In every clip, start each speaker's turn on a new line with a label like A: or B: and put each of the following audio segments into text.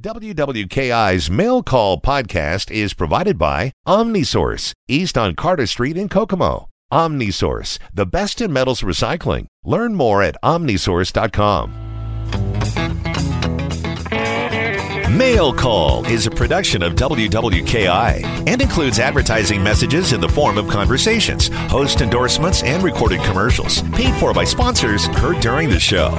A: WWKI's Mail Call podcast is provided by Omnisource, east on Carter Street in Kokomo. Omnisource, the best in metals recycling. Learn more at omnisource.com.
B: Mail Call is a production of WWKI and includes advertising messages in the form of conversations, host endorsements, and recorded commercials, paid for by sponsors heard during the show.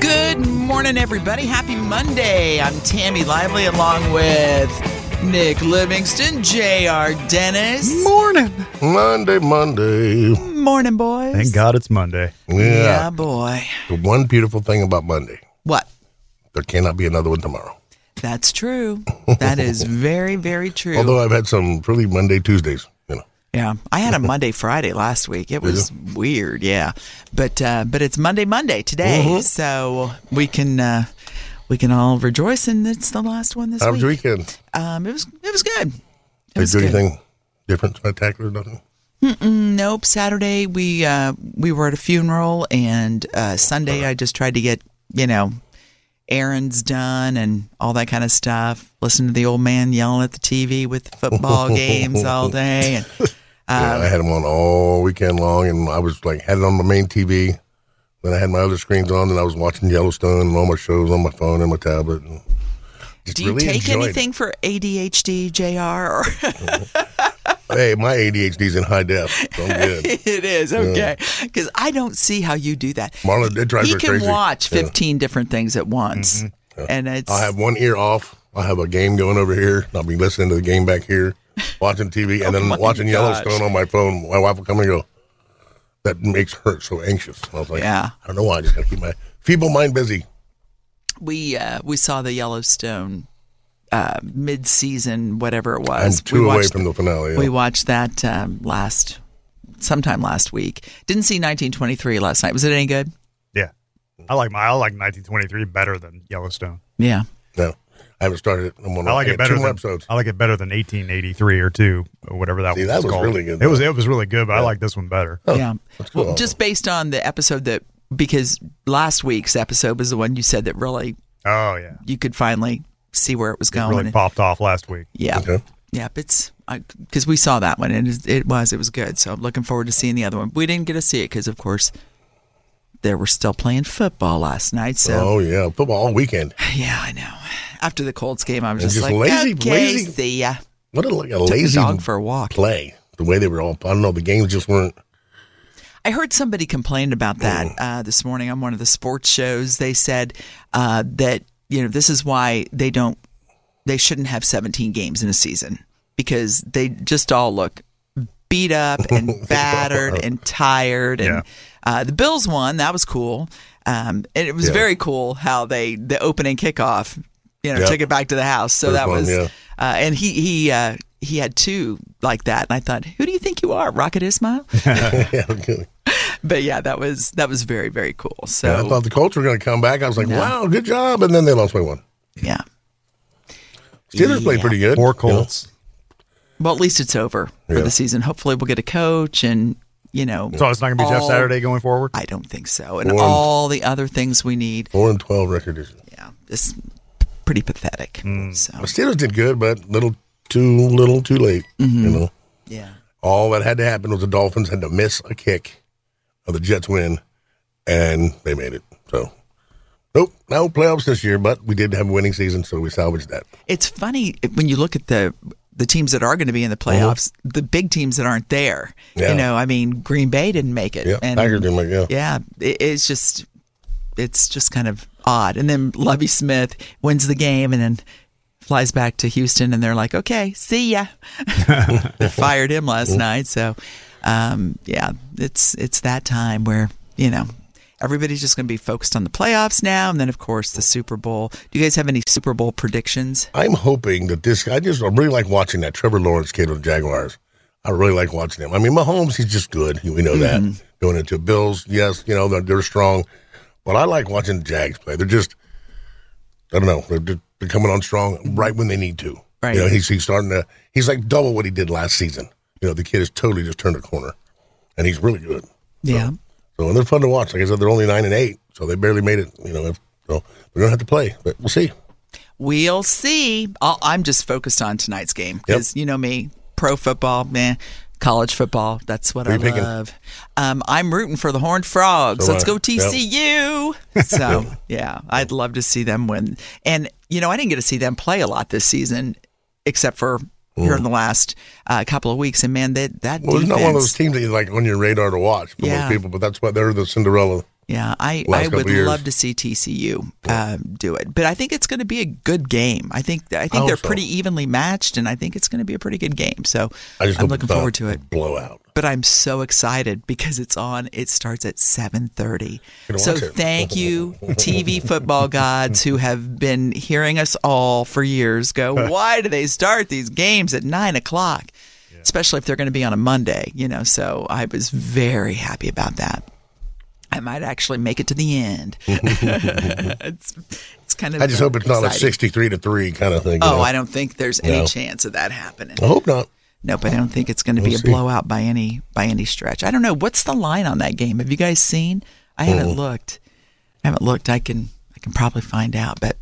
C: Good morning, everybody. Happy Monday. I'm Tammy Lively along with Nick Livingston, J.R. Dennis.
D: Morning.
E: Monday, Monday.
C: Morning, boys.
D: Thank God it's Monday.
C: Yeah,
E: Yeah.
C: boy.
E: The one beautiful thing about Monday,
C: What?
E: there cannot be another one tomorrow.
C: That's true. That is very, very true.
E: Although I've had some pretty Monday Tuesdays, you know.
C: yeah, I had a Monday Friday last week. It was weird. Yeah, but uh, but it's Monday Monday today,
E: Mm-hmm.
C: so we can uh, we can all rejoice, and it's the last one this
E: How was
C: week.
E: your weekend?
C: Um, it was it was good. It
E: Did
C: was
E: you do
C: good.
E: anything different, spectacular, nothing?
C: Nope. Saturday we uh, we were at a funeral, and uh, Sunday I just tried to get you know errands done and all that kind of stuff. Listen to the old man yelling at the TV with football games all day, and Um,
E: yeah, I had them on all weekend long, and I was like, had it on my main TV. Then I had my other screens on, and I was watching Yellowstone and all my shows on my phone and my tablet. And just
C: Do you
E: really
C: take
E: enjoyed it.
C: anything for ADHD, JR? Or
E: Hey, my ADHD's in high def. So I'm good.
C: it is okay because I don't see how you do that.
E: Marla, it drives
C: he
E: her
C: can
E: crazy.
C: watch
E: Yeah. Mm-hmm.
C: fifteen different things at once, and it's
E: I'll have one ear off. I'll have a game going over here. I'll be listening to the game back here, watching TV, and
C: Oh
E: then
C: my
E: watching
C: gosh.
E: Yellowstone on my phone. My wife will come and go, That makes her so anxious. And I was like,
C: Yeah.
E: I don't know why. I just got to keep my feeble mind busy.
C: we uh, we saw the Yellowstone uh, mid season, whatever it
E: I'm
C: was. we
E: two away
C: watched,
E: from the finale. yeah.
C: we watched that um, last sometime last week. Didn't see 1923 last night. Was it any good?
D: Yeah. I like my I like 1923 better than Yellowstone.
C: Yeah.
E: No, I haven't started it. I'm on
D: I like it
E: got two
D: better
E: more
D: than
E: episodes.
D: I like it better than 1883 or 2 or whatever that
E: See,
D: one
E: that
D: was
E: was
D: called.
E: really good,
D: It was
E: though.
D: it was really good, but I like this one better.
C: yeah.
E: Oh, cool.
C: Well, just based on the episode that because last week's episode was the one you said that really
D: Oh yeah.
C: you could finally see where it was going.
D: Really popped off last week.
C: yeah.
E: Okay.
C: Yeah, it's because we saw that one and it- it was it was good. So I'm looking forward to seeing the other one. We didn't get to see it because, of course, they were still playing football last night. So
E: Oh, yeah. Football all weekend.
C: yeah, I know. After the Colts game, I was
E: And
C: just,
E: just
C: like,
E: lazy-
C: okay,
E: lazy-
C: see ya.
E: What a, like a
C: Took
E: lazy
C: the dog for a walk.
E: play. The way they were all, I don't know, the games just weren't.
C: I heard somebody complain about that uh, this morning on one of the sports shows. They said uh, that you know this is why they don't, they shouldn't have 17 games in a season because they just all look beat up and battered and tired. And
D: Yeah.
C: uh, the Bills won. That was cool, um, and it was very cool how they the opening kickoff, you know,
E: Yeah.
C: took it back to the house. So
E: First
C: that
E: one,
C: was.
E: yeah.
C: Uh, and he he uh, he had two like that, and I thought, who do you think you are, Rocket Ismail?
E: yeah, I'm kidding.
C: but yeah, that was that was very very cool.
E: And I
C: So
E: thought the Colts were going to come back. I was like, wow, good job. And then they lost by one.
C: yeah.
E: Steelers played
C: Yeah.
E: pretty good.
D: Four
E: you know.
D: Colts.
C: Well, at least it's over for
E: Yeah.
C: the season. Hopefully, we'll get a coach, and you know,
D: So it's not going to be Jeff
C: all-
D: Saturday going forward.
C: I don't think so, and
E: Or-
C: all the other things we need.
E: Four and twelve record is.
C: Yeah, it's pretty pathetic.
E: The
C: So
E: Steelers did good, but little too little, too late. You know,
C: yeah,
E: all that had to happen was the Dolphins had to miss a kick, or the Jets win, and they made it. So, nope, no playoffs this year. But we did have a winning season, so we salvaged that.
C: it's funny when you look at the the teams that are going to be in the playoffs, the big teams that aren't there.
E: Mm-hmm. Yeah.
C: You know, I mean, Green Bay didn't make it.
E: Yeah,
C: and
E: Packers didn't make it,
C: Yeah, it, it's just it's just kind of odd. And then Lovey Smith wins the game and then flies back to Houston, and they're like, "Okay, see ya." they fired him
E: Mm-hmm.
C: last night, so um, yeah, it's it's that time where you know everybody's just going to be focused on the playoffs now, and then of course the Super Bowl. Do you guys have any Super Bowl predictions?
E: I'm hoping that this. I just I really like watching that Trevor Lawrence kid with the Jaguars. I really like watching him. I mean, Mahomes, he's just good. We know that. Going into Bills, yes, you know they're, they're strong, but I like watching the Jags play. They're just, I don't know, they're, just- they're coming on strong right when they need to.
C: Right.
E: You know, he's he's starting to. He's like double what he did last season. You know, the kid has totally just turned a corner, and he's really good.
C: Yeah.
E: So and they're fun to watch. Like I said, they're only nine and eight, so they barely made it. You know, if, so they're gonna have to play, but we'll see.
C: We'll see. I'll, I'm just focused on tonight's game because you know me, pro football, man, college football. That's what
E: Who
C: I
E: you picking?
C: love. Um, I'm rooting for the Horned Frogs.
E: So
C: Let's
E: I-
C: go
E: yep.
C: TCU. So yeah, I'd love to see them win. And you know, I didn't get to see them play a lot this season, except for here in the last uh, couple of weeks. And man, that that
E: Mm. Well, it's not
C: defense.
E: one of those teams that you like on your radar to watch for
C: Yeah.
E: most people, but that's why they're the Cinderella.
C: Yeah, I,
E: Last
C: I
E: couple
C: would
E: years.
C: love to see TCU uh, do it, but I think it's going to be a good game. I think I think
E: hope
C: they're
E: so.
C: pretty evenly matched, and I think it's going to be a pretty good game. So
E: I just
C: I'm
E: hope
C: looking
E: it's not
C: forward to it.
E: a Blowout.
C: But I'm so excited because it's on. It starts at 7:30.
E: Gonna
C: So
E: watch it.
C: thank you, TV football gods, who have been hearing us all for years. Go, why do they start these games at nine o'clock? Especially if they're going to be on a Monday, you know. So I was very happy about that. I might actually make it to the end. it's, it's kind of.
E: I just hope it's not a
C: exciting.
E: sixty-three to three kind of thing. you
C: Oh,
E: know?
C: I don't think there's any
E: No.
C: chance of that happening.
E: I hope not.
C: Nope, I don't think it's going to be a
E: see.
C: blowout by any by any stretch. I don't know what's the line on that game. Have you guys seen? I
E: Mm.
C: haven't looked. I haven't looked. I can I can probably find out, but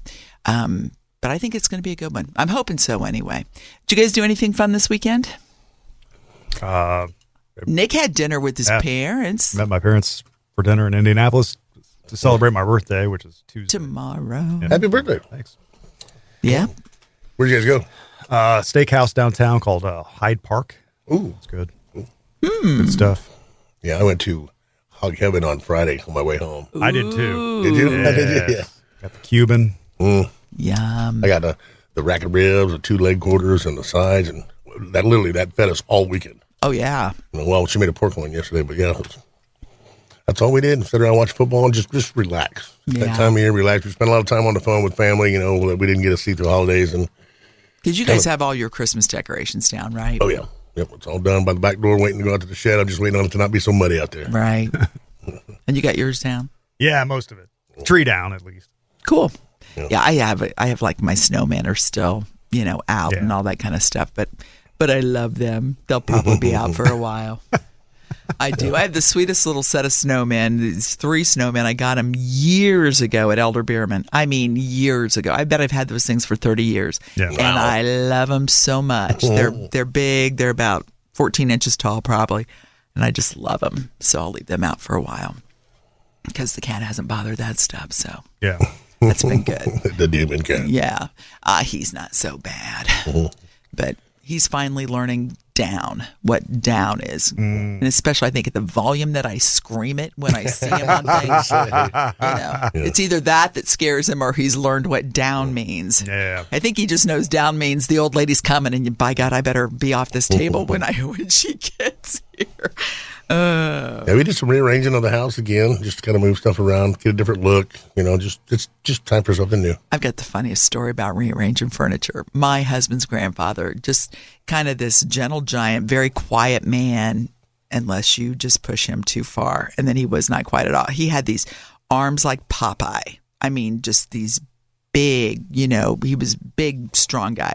C: um, but I think it's going to be a good one. I'm hoping so anyway. Did you guys do anything fun this weekend?
D: Uh,
C: Nick had dinner with his
D: Yeah.
C: parents
D: met my parents for dinner in Indianapolis to celebrate my birthday, which is Tuesday.
C: tomorrow.
E: Happy birthday!
D: Thanks.
C: Yeah,
E: Where'd you guys go?
D: Uh, steakhouse downtown called uh, Hyde Park.
E: Ooh,
D: It's good. Good stuff.
E: yeah, I went to Hog Heaven on Friday on my way home.
D: I did too.
E: Did you? I did, yeah. Mm.
D: Yes. Got the Cuban.
C: yum.
E: I got the the rack of ribs, the two leg quarters, and the sides, and that literally that fed us all weekend.
C: Oh yeah,
E: You know, Well, she made a pork loin yesterday, but yeah, it was- that's all we did. Sit around, watch football, and just just relax.
C: Yeah.
E: That time of year, relax. We spent a lot of time on the phone with family. You know, we didn't get to see through holidays, and
C: because you guys have all your Christmas decorations down, right?
E: oh yeah, yep, it's all done by the back door, waiting to go out to the shed. I'm just waiting on it to not be so muddy out there.
C: Right. and you got yours down.
D: Yeah, most of it. Tree down at least.
C: Cool. Yeah, I have I have like my snowmen are still you know out and
D: Yeah.
C: all that kind of stuff, but but I love them. They'll probably be out for a while. I do. I have the sweetest little set of snowmen. These three snowmen. I got them years ago at Elder Beerman. I mean, years ago. I bet I've had those things for thirty years.
D: Yeah.
C: And
D: Wow.
C: I love them so much. They're they're big. They're about fourteen inches tall, probably, and I just love them. So I'll leave them out for a while because the cat hasn't bothered that stuff. So
D: Yeah.
C: that's been good.
E: the demon cat.
C: Yeah. Uh, he's not so bad.
E: Mm-hmm.
C: But he's finally learning down what down is. And especially, I think, at the volume that I scream it when I see him on things. you know, It's either that that scares him or he's learned what down means.
D: Yeah.
C: I think he just knows down means the old lady's coming, and by God, I better be off this table when I when she gets here.
E: Yeah, we did some rearranging of the house again, just to kind of move stuff around, get a different look. You know, just it's just time for something new.
C: I've got the funniest story about rearranging furniture. My husband's grandfather, just kind of this gentle giant, very quiet man, unless you just push him too far. And then he was not quiet at all. He had these arms like Popeye. I mean, just these big, you know, he was big, strong guy.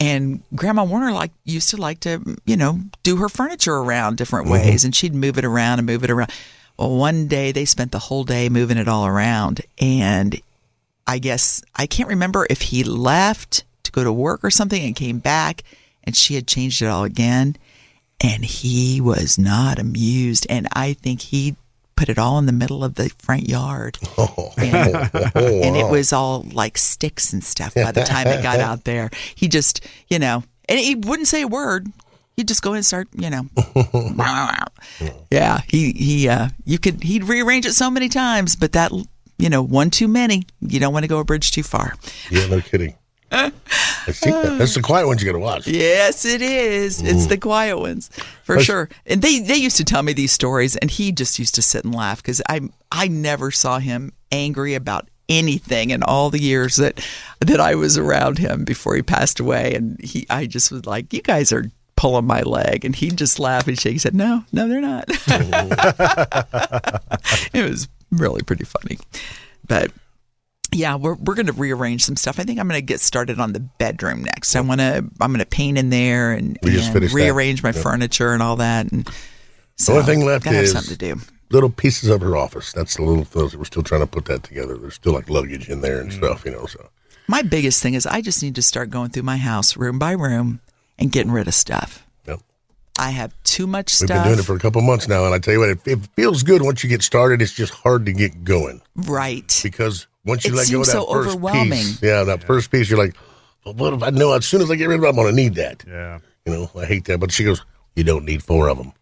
C: And Grandma Warner like used to like to, you know, do her furniture around different ways and she'd move it around and move it around. Well, one day they spent the whole day moving it all around and I guess I can't remember if he left to go to work or something and came back and she had changed it all again. And he was not amused. And I think he put it all in the middle of the front yard.
E: Oh,
C: And, and it was all like sticks and stuff by the time it got out there. He just, you know, and he wouldn't say a word. He'd just go and start, you know. yeah, he he uh you could he'd rearrange it so many times, but that you know, one too many. You don't want to go a bridge too far.
E: Yeah, no kidding. I see that. That's the quiet ones you got to watch.
C: Yes, it is. It's the quiet ones for
E: That's-
C: sure. And they they used to tell me these stories, and he just used to sit and laugh because I I never saw him angry about anything in all the years that that I was around him before he passed away. And he I just was like, you guys are pulling my leg, and he just laughed and shake. He said, no, no, they're not. it was really pretty funny, but. Yeah, we're we're going to rearrange some stuff. I think I'm going to get started on the bedroom next. I want to I'm going to paint in there and,
E: We just
C: and
E: finished that.
C: rearrange my furniture and all that. And so
E: only thing left
C: gotta
E: is-
C: have something to do.
E: Little pieces of her office. That's the little things that we're still trying to put that together. There's still like luggage in there and
C: Mm.
E: stuff, you know. So
C: My biggest thing is I just need to start going through my house room by room and getting rid of stuff.
E: Yep.
C: I have too much
E: we've
C: stuff.
E: been doing it for a couple months now, and I tell you what, it, it feels good once you get started. It's just hard to get going
C: right.
E: because once you
C: It
E: let go
C: seems
E: of that
C: so
E: first
C: overwhelming.
E: piece, yeah, that first piece, you're like, well, what if I know? As soon as I get rid of it, I'm going to need that.
D: Yeah.
E: You know, I hate that. But she goes, you don't need four of them.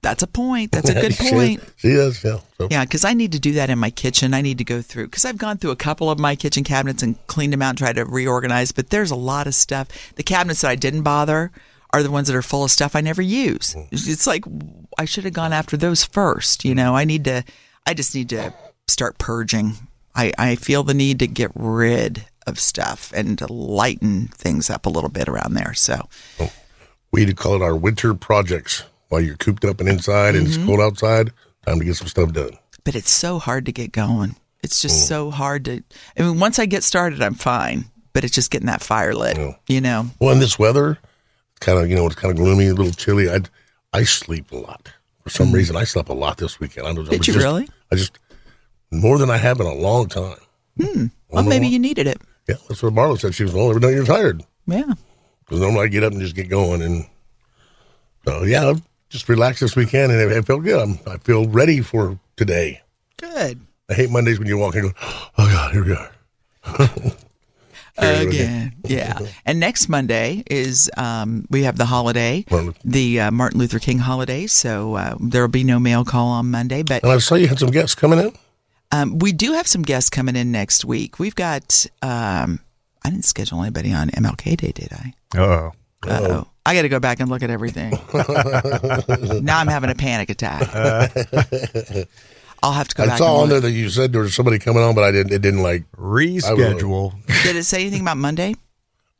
C: That's a point. That's a good point.
E: She, she is, yeah. So,
C: Yeah, because I need to do that in my kitchen. I need to go through because I've gone through a couple of my kitchen cabinets and cleaned them out and tried to reorganize. But there's a lot of stuff. The cabinets that I didn't bother are the ones that are full of stuff I never use. It's like I should have gone after those first. You know, I need to. I just need to start purging. I, I feel the need to get rid of stuff and to lighten things up a little bit around there. So
E: We call it our winter projects. While you're cooped up and inside and
C: Mm-hmm.
E: it's cold outside, time to get some stuff done.
C: but it's so hard to get going. It's just so hard to. I mean, once I get started, I'm fine, but it's just getting that fire lit, you know.
E: Well, in this weather, kind of you know it's kind of gloomy, a little chilly. I I sleep a lot for some reason. I slept a lot this weekend. I don't
C: Mm.
E: know.
C: Did
E: it was
C: you
E: just-
C: really?
E: I just more than I have in a long time.
C: Well, maybe you needed it.
E: Yeah, that's what Marla said. She was well. Every night you're tired
C: Yeah.
E: because normally I get up and just get going and so yeah, I've just relaxed this weekend and it, it felt good. I'm, I feel ready for today.
C: Good.
E: I hate Mondays when you walk in and go, oh god, here we are. Very good.
C: Again. Yeah. And next Monday is um, we have the holiday,
E: Martin Luther-
C: the uh, Martin Luther King holiday. So uh, there will be no mail call on Monday, but
E: And I saw you had some guests coming in.
C: Um, we do have some guests coming in next week. We've got. Um, I didn't schedule anybody on MLK Day, did I?
D: Uh-oh.
C: Uh oh. I got to go back and look at everything. now I'm having a panic attack. I'll have to go
E: I
C: back.
E: saw on
C: and
E: there
C: look.
E: that you said there was somebody coming on, but I didn't. It didn't like.
D: Reschedule.
C: Did it say anything about Monday?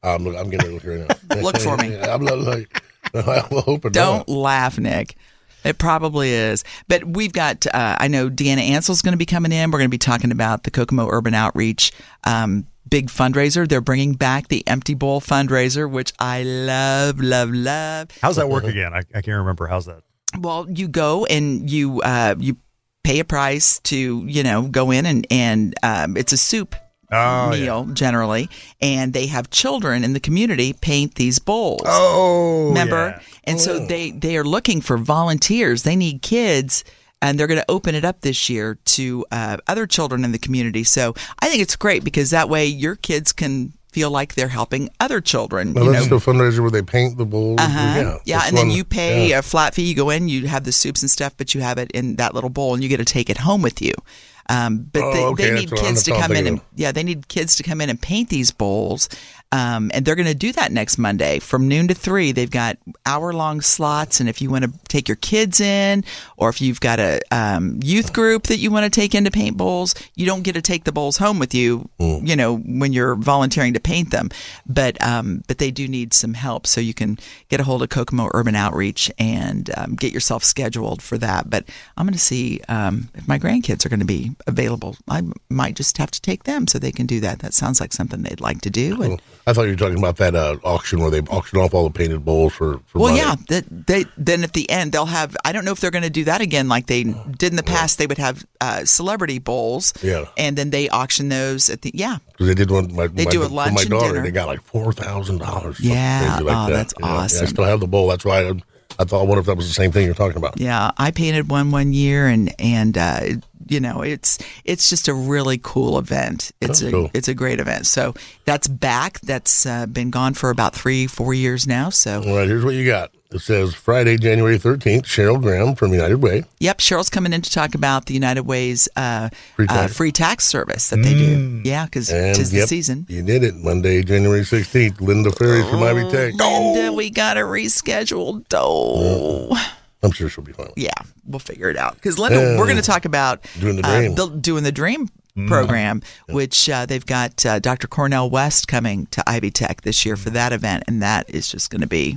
E: I'm, I'm getting to look right now.
C: Look for me.
E: I'm not like. I'm hoping
C: Don't
E: not.
C: laugh, Nick. It probably is. But we've got, uh, I know Deanna Ansel's going to be coming in. We're going to be talking about the Kokomo Urban Outreach um, big fundraiser. They're bringing back the Empty Bowl fundraiser, which I love, love, love.
D: How's that work again? I, I can't remember. How's that?
C: Well, you go and you uh, you pay a price to you know go in and and um, it's a soup
D: Oh,
C: meal generally, and they have children in the community paint these bowls.
D: Oh,
C: remember? And so they they are looking for volunteers. They need kids. And they're going to open it up this year to uh, other children in the community. So I think it's great because that way your kids can feel like they're helping other children.
E: Now,
C: you
E: that's
C: know?
E: the fundraiser where they paint the bowl.
C: Uh-huh. Yeah,
E: this
C: and then
E: one-
C: you pay
E: yeah.
C: a flat fee. You go in, you have the soups and stuff, but you have it in that little bowl, and you get to take it home with you. Um, but
E: Oh,
C: they,
E: okay,
C: they
E: that's
C: need
E: what I'm-
C: kids
E: that's
C: to
E: what I'm
C: come in
E: thinking
C: and yeah, they need kids to come in and paint these bowls, um, and they're going to do that next Monday from noon to three. They've got hour long slots, and if you want to take your kids in, or if you've got a um, youth group that you want to take in to paint bowls, you don't get to take the bowls home with you.
E: Mm.
C: You know when you're volunteering to paint them, but um, but they do need some help, so you can get a hold of Kokomo Urban Outreach and um, get yourself scheduled for that. But I'm going to see um, if my grandkids are going to be available. I might just have to take them so they can do that. That sounds like something they'd like to do. And,
E: I thought you were talking about that uh, auction where they auction off all the painted bowls for. for
C: well,
E: money.
C: yeah. That they then at the end they'll have. I don't know if they're going to do that again like they did in the past. They would have uh, celebrity bowls.
E: Yeah.
C: And then they auction those at the yeah.
E: 'Cause they did one. My,
C: They
E: my,
C: do a
E: for
C: lunch
E: my
C: and
E: daughter.
C: dinner.
E: They got like four thousand dollars.
C: Yeah. Oh, that's
E: I
C: awesome.
E: still have the bowl. That's why I, I thought. What if that was the same thing you're talking about?
C: Yeah, I painted one one year, and and uh, you know, it's it's just a really cool event. It's
E: Oh,
C: a
E: cool.
C: it's a great event. So that's back. That's uh, been gone for about three four years now. So
E: All right, here's what you got. It says Friday, January 13th, Cheryl Graham from United Way.
C: yep, Cheryl's coming in to talk about the United Way's uh,
E: Free
C: uh,
E: tax. Mm.
C: free tax service that they do. Yeah, because
E: And
C: tis the
E: yep,
C: season.
E: You did it. Monday, January 16th, Linda Ferry from
C: Oh.
E: Ivy Tech.
C: Linda, uh, we got to reschedule. Oh.
E: Uh-huh. I'm sure she'll be fine. with it.
C: yeah, we'll figure it out. Because Linda,
E: Yeah.
C: we're going to talk about
E: Doing the
C: uh,
E: dream. Mm-hmm.
C: buil- doing the dream program, which uh, they've got uh, Dr. Cornell West coming to Ivy Tech this year for
E: Mm-hmm.
C: that event, and that is just going to be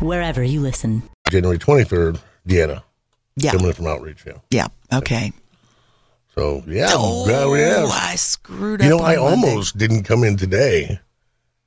F: wherever you listen.
E: January 23rd, Deanna
C: Yeah,
E: coming in from Outreach. Yeah.
C: yeah, okay.
E: So, yeah.
C: oh,
E: glad we asked.
C: I screwed up.
E: You know,
C: on
E: I
C: Monday.
E: almost didn't come in today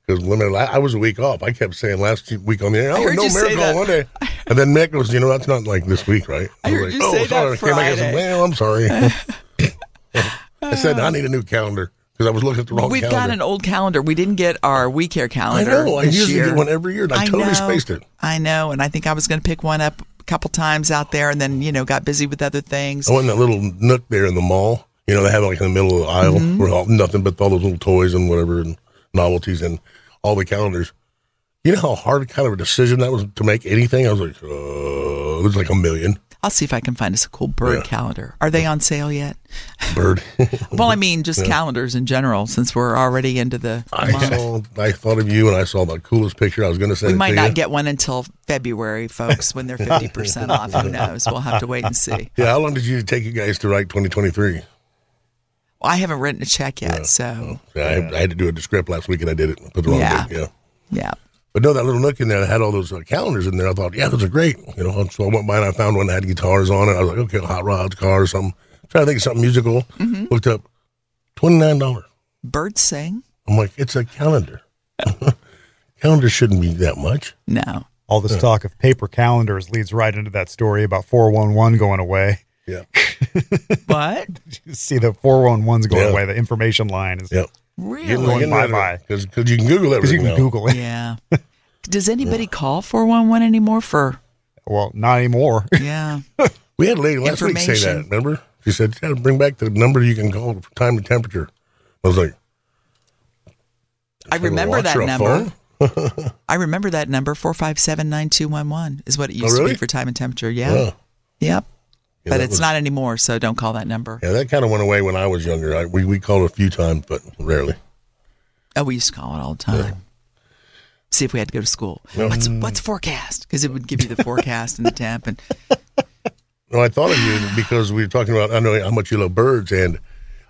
E: because I was a week off. I kept saying last week on the air,
C: I
E: oh,
C: heard
E: no
C: you say
E: miracle on
C: that.
E: Monday. And then Mick was, you know, that's not like this week, right?
C: I
E: was
C: heard
E: like, "Oh,
C: you say that
E: I came back and said,
C: Friday.
E: well, I'm sorry. I said, I need a new calendar because I was looking at the wrong
C: We've got an
E: calendar.
C: old calendar. We didn't get our We Care
E: I
C: calendar.
E: know. I
C: this
E: usually
C: year.
E: get one every year and I, totally
C: know,
E: spaced it.
C: I know, and I think I was going to pick one up a couple times out there, and then you know got busy with other things.
E: I went in that little nook there in the mall. You know, they have like in the middle of the aisle where all, nothing but all those little toys and whatever and novelties and all the calendars. You know how hard kind of a decision that was to make anything? I was like, uh, it was like a million
C: I'll see if I can find us a cool bird
E: Yeah.
C: calendar. Are they on sale yet?
E: bird.
C: Well, I mean, just calendars in general, since we're already into the
E: I, saw, I thought of you and I saw the coolest picture. I was going to send
C: We
E: it
C: might
E: to
C: not
E: you.
C: get one until February, folks, when they're 50% off. Who knows? We'll have to wait and see.
E: yeah, how long did you take you guys to write 2023?
C: Well, I haven't written a check yet, so
E: Yeah, Oh. I, I had to do a script last week and I did it. Put the wrong
C: Yeah.
E: date, yeah.
C: yeah.
E: But no, that little nook in there that had all those uh, calendars in there. I thought, yeah, those are great. You know, so I went by and I found one that had guitars on it. I was like, okay, hot rods, car, or something. Trying to think of something musical. Looked up, twenty nine dollars.
C: Birds sing?
E: I'm like, it's a calendar. calendar shouldn't be that much.
C: No.
D: All this talk of paper calendars leads right into that story about 411 going away.
E: Yeah,
C: What?
D: You see the 411's going
E: Yeah.
D: away. The information line is
E: yeah.
C: Really?
D: bye-bye.
E: because uh, you can Google
D: because
E: everything.
D: you can
E: now.
D: Google it.
C: Yeah. Does anybody call 411 anymore for?
D: Well, not anymore.
C: Yeah.
E: We had a lady last week say that.
C: Information.
E: Remember? She said, "You got to bring back the number you can call for time and temperature." I was like,
C: I remember
E: watch
C: that
E: or a
C: number.
E: phone?
C: I remember that number, 457 9211 is what it used to
E: really?
C: be for time and temperature.
E: Yeah.
C: Yeah. Yep.
E: Yeah,
C: but
E: that
C: it's
E: was-
C: not anymore, so don't call that number.
E: Yeah, that kind of went away when I was younger. I, we we called a few times, but rarely.
C: Oh, we used to call it all the time. See if we had to go to school. What's
E: Mm.
C: what's forecast? Because it would give you the forecast and the temp. And
E: No, I thought of you because we were talking about I know how much you love birds, and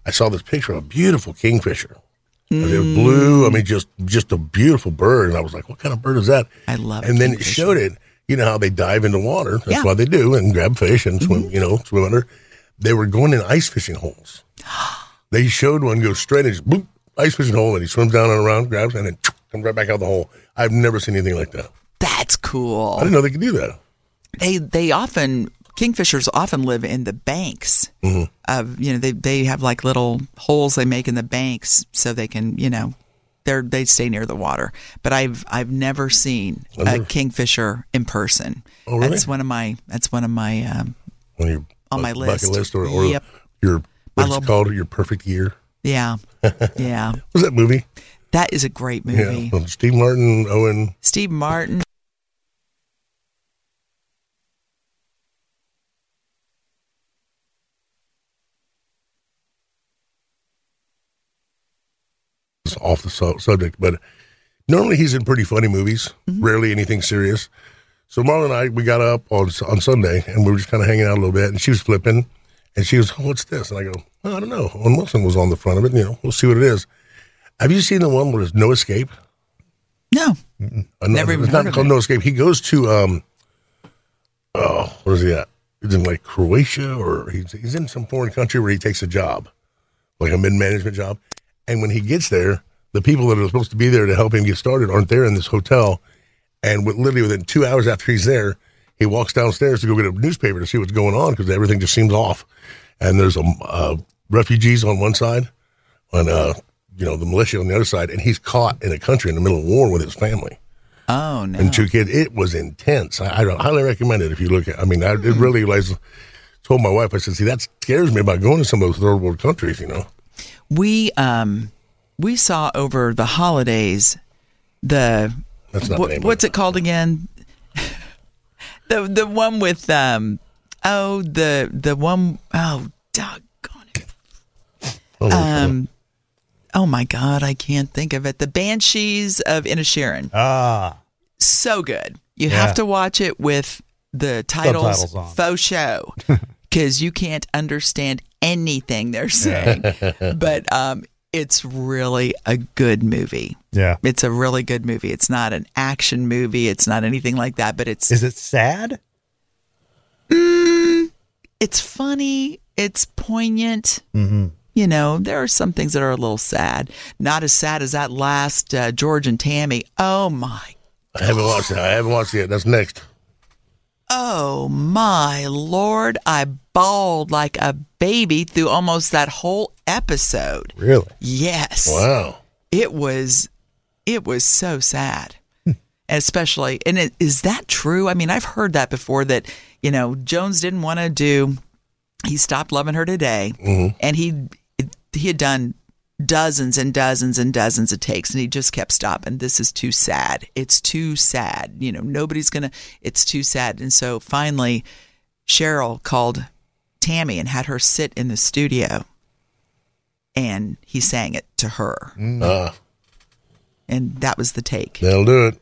E: I saw this picture of a beautiful kingfisher. They were blue. I mean, just just a beautiful bird, and I was like, "What kind of bird is that?"
C: I love.
E: and then it
C: kingfisher.
E: showed it. You know how they dive into water? That's
C: Yeah. Mm-hmm.
E: why they do, and grab fish and swim. You know, swim under. They were going in ice fishing holes. they showed one go straight and just boop, ice fishing hole, and he swims down and around, grabs, and then comes right back out the hole. I've never seen anything like that.
C: That's
E: I
C: cool.
E: didn't know they could do that.
C: They they often kingfishers often live in the banks.
E: Mm-hmm.
C: Of you know they they have like little holes they make in the banks so they can you know they're they stay near the water. But I've I've never seen a
E: never-
C: kingfisher in person.
E: Oh, really?
C: That's one of my that's one of my um,
E: on your
C: On
E: bu-
C: my
E: bucket
C: list.
E: list or, or
C: Yep.
E: your
C: My
E: what's it
C: little-
E: called your perfect year.
C: yeah yeah.
E: Was that movie?
C: That is a great movie.
E: Yeah, from Steve Martin, Owen.
C: Steve Martin.
E: It's off the su- subject, but normally he's in pretty funny movies.
C: Mm-hmm.
E: Rarely anything serious. So Marla and I, we got up on s- on Sunday and we were just kind of hanging out a little bit, and she was flipping, and she was, oh, "What's this?" And I go, "Oh, "I don't know." Owen Wilson was on the front of it. You know, we'll see what it is. Have you seen the one where there's no escape?
C: No.
E: Uh, no,
C: Never even
E: it's
C: heard
E: not
C: of
E: called
C: it.
E: No Escape. He goes to um, oh, where's he at? he's in like Croatia or he's, he's in some foreign country where he takes a job, like a mid management job. And when he gets there, the people that are supposed to be there to help him get started aren't there in this hotel. And with, literally within two hours after he's there, he walks downstairs to go get a newspaper to see what's going on because everything just seems off. And there's um, uh, refugees on one side, on uh, you know the militia on the other side, and he's caught in a country in the middle of war with his family
C: Oh no.
E: and two kids. It was intense. I, I don't- highly recommend it if you look at. I mean, I
C: Mm-hmm.
E: it really like told my wife. I said, "See, that scares me about going to some of those third world countries." You know,
C: we um we saw over the holidays the
E: That's not the
C: wha-
E: name of
C: what's it called again the the one with um oh the the one oh doggone it
E: Oh,
C: um oh my god I can't think of it the Banshees of Inisherin
D: Ah,
C: so good you
D: Yeah.
C: have to watch it with the titles
D: Subtitles on.
C: faux show because you can't understand anything they're saying but um it's really a good movie.
D: yeah.
C: It's a really good movie. It's not an action movie. It's not anything like that, but it's mm,
D: Is it sad?
C: it's funny. It's poignant.
D: Mm-hmm.
C: You know, there are some things that are a little sad. Not as sad as that last uh, George and Tammy. Oh my,
E: I haven't watched it. I haven't watched it yet. That's next.
C: oh my lord! I bawled like a baby through almost that whole episode.
D: Really?
C: Yes.
E: Wow.
C: it was it was so sad especially and it, is that true i mean i've heard that before that you know jones didn't want to do he stopped loving her today and he he had done dozens and dozens and dozens of takes and he just kept stopping this is too sad it's too sad you know nobody's gonna it's too sad and so finally cheryl called tammy and had her sit in the studio and he sang it to her
E: Uh,
C: and that was the take.
E: that'll do it.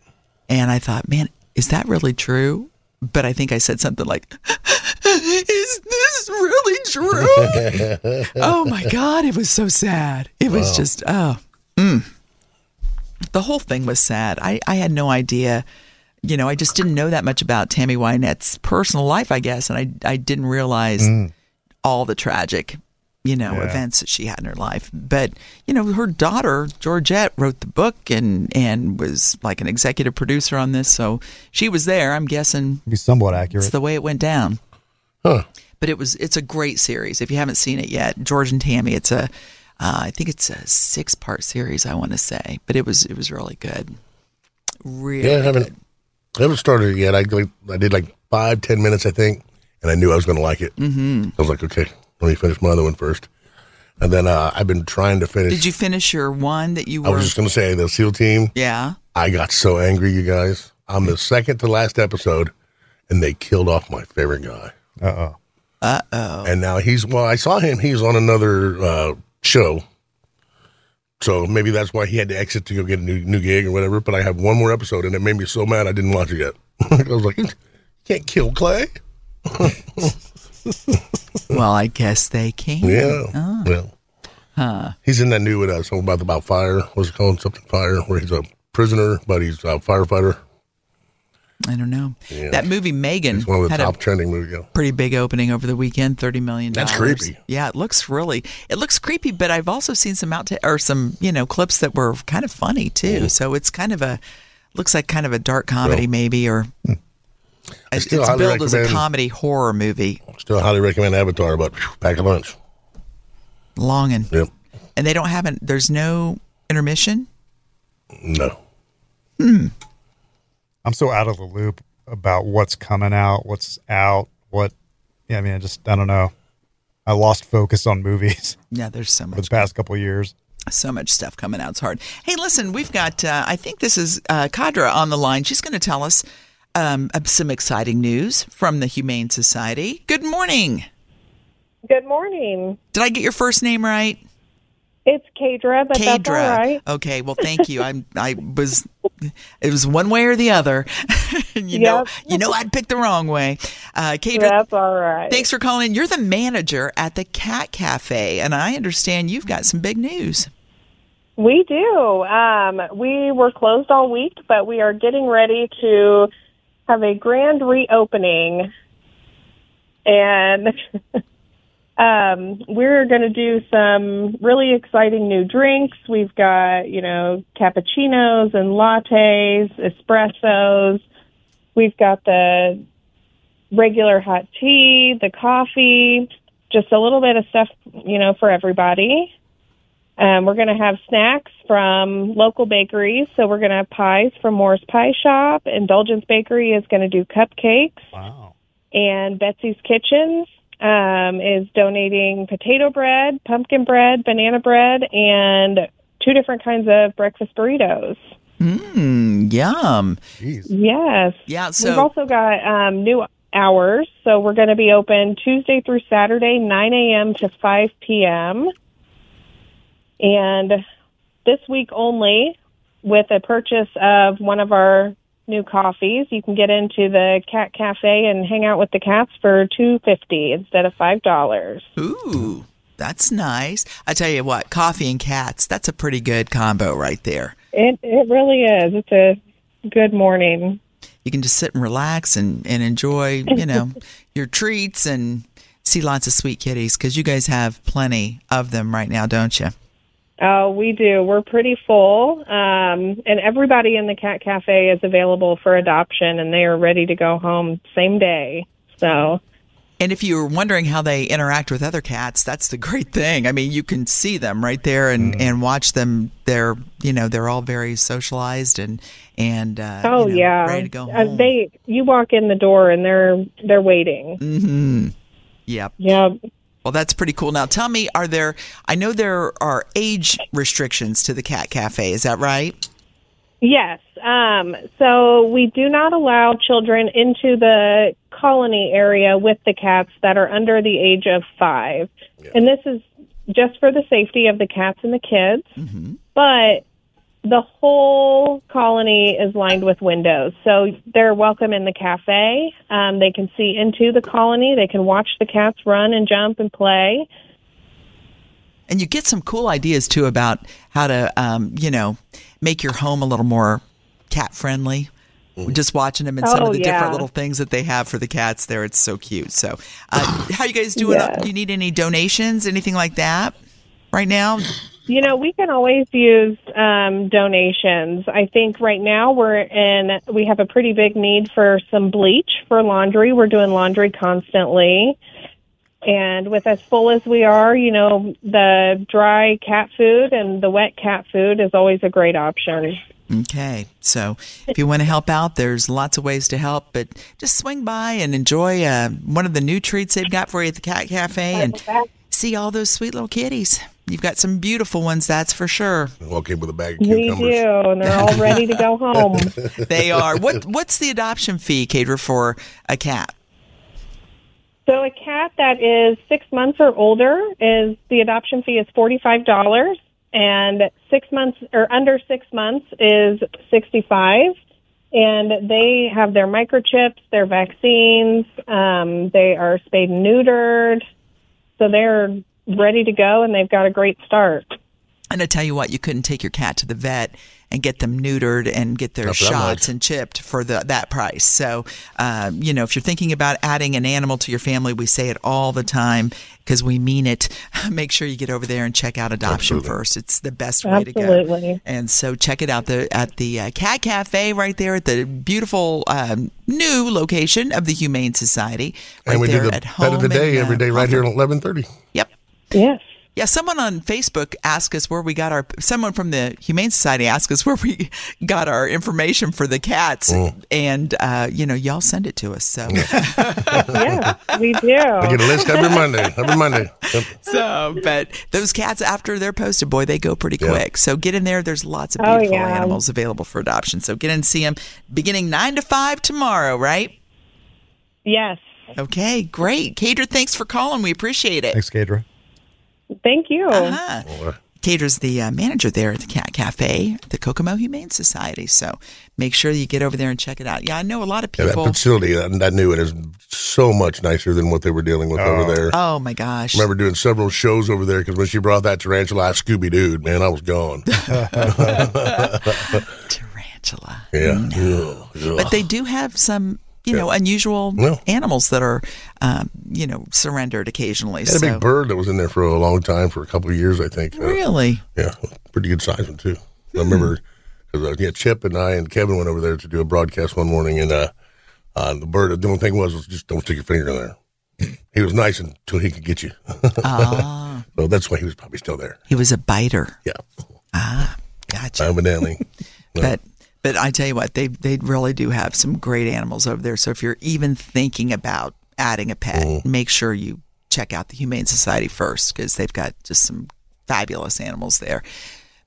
C: And I thought, man, is that really true? But I think I said something like, "Is this really true?" oh my god, it was so sad. It was just oh, mm. the whole thing was sad. I I had no idea. You know, I just didn't know that much about Tammy Wynette's personal life, I guess, and I I didn't realize all the tragic, you know, events that she had in her life. But you know, her daughter Georgette wrote the book and and was like an executive producer on this, so she was there. I'm guessing
D: Be somewhat accurate.
C: it's the way it went down.
E: Huh.
C: But it was it's a great series. If you haven't seen it yet, George and Tammy, it's a uh, I think it's a six part series. I want to say, but it was it was really good. Really,
E: Yeah, I
C: good.
E: haven't. I haven't started it yet. I like, I did like five, ten minutes, I think, and I knew I was going to like it. Mm-hmm. I was like, okay, let me finish my other one first, and then uh, I've been trying to finish.
C: Did you finish your one that you
E: I
C: were?
E: was just going to say the SEAL team.
C: yeah.
E: I got so angry, you guys. I'm the second to last episode, and they killed off my favorite guy.
D: Uh oh.
E: And now he's well. I saw him. He's on another uh, show, so maybe that's why he had to exit to go get a new new gig or whatever. But I have one more episode, and it made me so mad I didn't watch it yet. I was like, "You can't kill Clay.
C: Well, I guess they can.
E: Yeah,
C: Oh.
E: well, he's in that new with uh, something about about fire. What's it called? Something fire, where he's a prisoner, but he's a firefighter.
C: I don't know.
E: Yeah.
C: That movie Megan
E: It's one of the
C: had
E: top
C: a
E: trending movies. Yeah.
C: pretty big opening over the weekend, thirty million.
E: That's creepy.
C: Yeah, it looks really. It looks creepy, but I've also seen some out or some you know clips that were kind of funny too. So it's kind of a looks like kind of a dark comedy maybe or. It's,
E: hmm. still
C: it's
E: highly
C: billed as a
E: recommend-
C: comedy horror movie,
E: Still highly recommend Avatar, but phew, pack a lunch.
C: long and
E: Yep.
C: and they don't have an. There's no intermission.
E: No.
D: I'm so out of the loop about what's coming out, what's out, what. Yeah, I mean, I just I don't know. I lost focus on movies
C: Yeah, there's so much.
D: for the past couple of years.
C: So much stuff coming out. It's hard. Hey, listen, we've got, uh, I think this is uh, Kadra on the line. She's going to tell us um, of some exciting news from the Humane Society. Good morning.
G: Good morning.
C: Did I get your first name right?
G: It's Kadra, but that's all right.
C: Okay, well, thank you. I'm, I was, it was one way or the other. you know,
G: Yep.
C: you know, I'd pick the wrong way. Uh, Kadra,
G: That's all right.
C: thanks for calling. in. You're the manager at the Cat Cafe, and I understand you've got some big news.
G: We do. Um, we were closed all week, but we are getting ready to have a grand reopening and um, we're going to do some really exciting new drinks. We've got, you know, cappuccinos and lattes, espressos. We've got the regular hot tea, the coffee, just a little bit of stuff, you know, for everybody. Um, we're going to have snacks from local bakeries. So we're going to have pies from Moore's Pie Shop. Indulgence Bakery is going to do cupcakes
D: Wow.
G: and Betsy's Kitchens um, is donating potato bread, pumpkin bread, banana bread, and two different kinds of breakfast burritos.
C: Mm, yum.
D: Jeez.
G: Yes.
C: Yeah.
G: We've
C: So
G: also got um, new hours. So we're going to be open Tuesday through Saturday, 9 a.m. to 5 p.m. And this week only, with a purchase of one of our new coffees, you can get into the cat cafe and hang out with the cats for two fifty instead of five dollars.
C: ooh, that's nice. I tell you what, coffee and cats. That's a pretty good combo right there.
G: It it really is. It's a good morning.
C: You can just sit and relax and and enjoy, you know, your treats and see lots of sweet kitties because you guys have plenty of them right now, don't you?
G: Oh, we do. We're pretty full. Um, and everybody in the cat cafe is available for adoption and they are ready to go home same day. So
C: And if you're wondering how they interact with other cats, that's the great thing. I mean, you can see them right there and, and watch them. They're you know they're all very socialized and and uh,
G: Oh
C: you know,
G: yeah.
C: ready to go
G: Uh,
C: home.
G: they you walk in the door and they're they're waiting.
C: Mm. yep.
G: Yeah.
C: Well, that's pretty cool. Now, tell me, are there? I know there are age restrictions to the cat cafe. Is that right?
G: Yes. Um, so we do not allow children into the colony area with the cats that are under the age of five. And this is just for the safety of the cats and the kids. But the whole colony is lined with windows. So they're welcome in the cafe. Um, they can see into the colony. They can watch the cats run and jump and play.
C: And you get some cool ideas too about how to, um, you know, make your home a little more cat friendly. Just watching them and some
G: Oh,
C: of the
G: yeah.
C: different little things that they have for the cats there. It's so cute. So, uh, how you guys doing?
G: Yeah.
C: Do you need any donations, anything like that right now?
G: You know, we can always use um, donations. I think right now we're in, we have a pretty big need for some bleach for laundry. We're doing laundry constantly. And with as full as we are, you know, the dry cat food and the wet cat food is always a great option.
C: Okay. So, if you want to help out, there's lots of ways to help, but just swing by and enjoy uh, one of the new treats they've got for you at the Cat Cafe and see all those sweet little kitties. You've got some beautiful ones, that's for sure.
E: Walk in with a bag of
G: We
E: cucumbers.
G: do, and they're all ready to go home.
C: they are. What what's the adoption fee, Cater, for a cat?
G: So a cat that is six months or older is the adoption fee is forty five dollars, and six months or under six months is sixty five. And they have their microchips, their vaccines. Um, they are spayed and neutered, so they're ready to go, and they've got a great start.
C: And I tell you what, you couldn't take your cat to the vet and get them neutered and get their
E: Not for that
C: shots
E: much.
C: and chipped for the, that price. So, uh, you know, if you're thinking about adding an animal to your family, we say it all the time because we mean it. Make sure you get over there and check out adoption first. It's the best way to go.
G: Absolutely.
C: And so check it out the, at the uh, Cat Cafe right there at the beautiful um, new location of the Humane Society. Right
E: and we do
C: there
E: the
C: at
E: pet
C: home uh,
E: of the day every day right here at eleven thirty.
C: Yep.
G: Yes.
C: Yeah, someone on Facebook asked us where we got our. Someone from the Humane Society asked us where we got our information for the cats, and uh, you know, y'all send it to us. So,
G: Yes, we do.
E: I get a list every Monday. Every Monday. Yep.
C: so, but those cats after they're posted, boy, they go pretty
E: Yeah.
C: quick. So get in there. There's lots of
G: Oh,
C: beautiful
G: yeah.
C: animals available for adoption. So get in and see them. Beginning nine to five tomorrow, right?
G: Yes.
C: Okay, great. Cater, thanks for calling. We appreciate it.
D: Thanks, Kadra.
G: Thank you.
C: Uh-huh. Cater's the uh, manager there at the Cat Cafe, the Kokomo Humane Society. So make sure you get over there and check it out. Yeah, I know a lot of
E: Yeah, that
C: people.
E: facility, I, I knew it is so much nicer than what they were dealing with over there.
C: oh my gosh.
E: remember doing several shows over there because when she brought that tarantula, I Scooby Dooed, man, I was gone.
C: Tarantula.
E: Yeah. Ugh, ugh.
C: But they do have some you know unusual
E: Yeah.
C: animals that are um, you know surrendered occasionally.
E: Had a
C: So
E: big bird that was in there for a long time, for a couple of years, I think. Uh,
C: really,
E: Yeah, pretty good size one too. I remember because uh, yeah, Chip and I and Kevin went over there to do a broadcast one morning, and uh, uh, the bird. The only thing was, was just don't stick your finger in there. He was nice until he could get you.
C: Ah.
E: so that's why he was probably still there.
C: he was a biter.
E: Yeah,
C: Ah, gotcha.
E: evidently. Yeah.
C: But but I tell you what, they they really do have some great animals over there. So if you're even thinking about adding a pet, make sure you check out the Humane Society first because they've got just some fabulous animals there.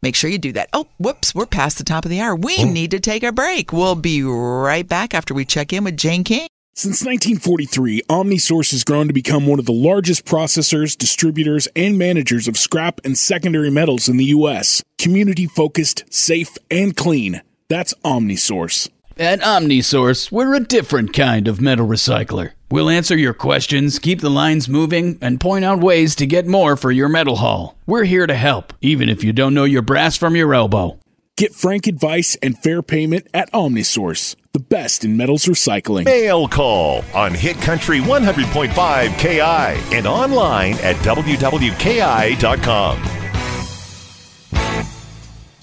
C: Make sure you do that. Oh, whoops, we're past the top of the hour. We need to take a break. We'll be right back after we check in with Jane King.
H: Since 1943, OmniSource has grown to become one of the largest processors, distributors, and managers of scrap and secondary metals in the U.S. Community focused, safe, and clean. That's OmniSource.
I: At Omnisource, we're a different kind of metal recycler. We'll answer your questions, keep the lines moving, and point out ways to get more for your metal haul. We're here to help, even if you don't know your brass from your elbow.
H: Get frank advice and fair payment at OmniSource, the best in metals recycling.
B: Mail call on Hit Country 100.5 KI and online at www.ki.com.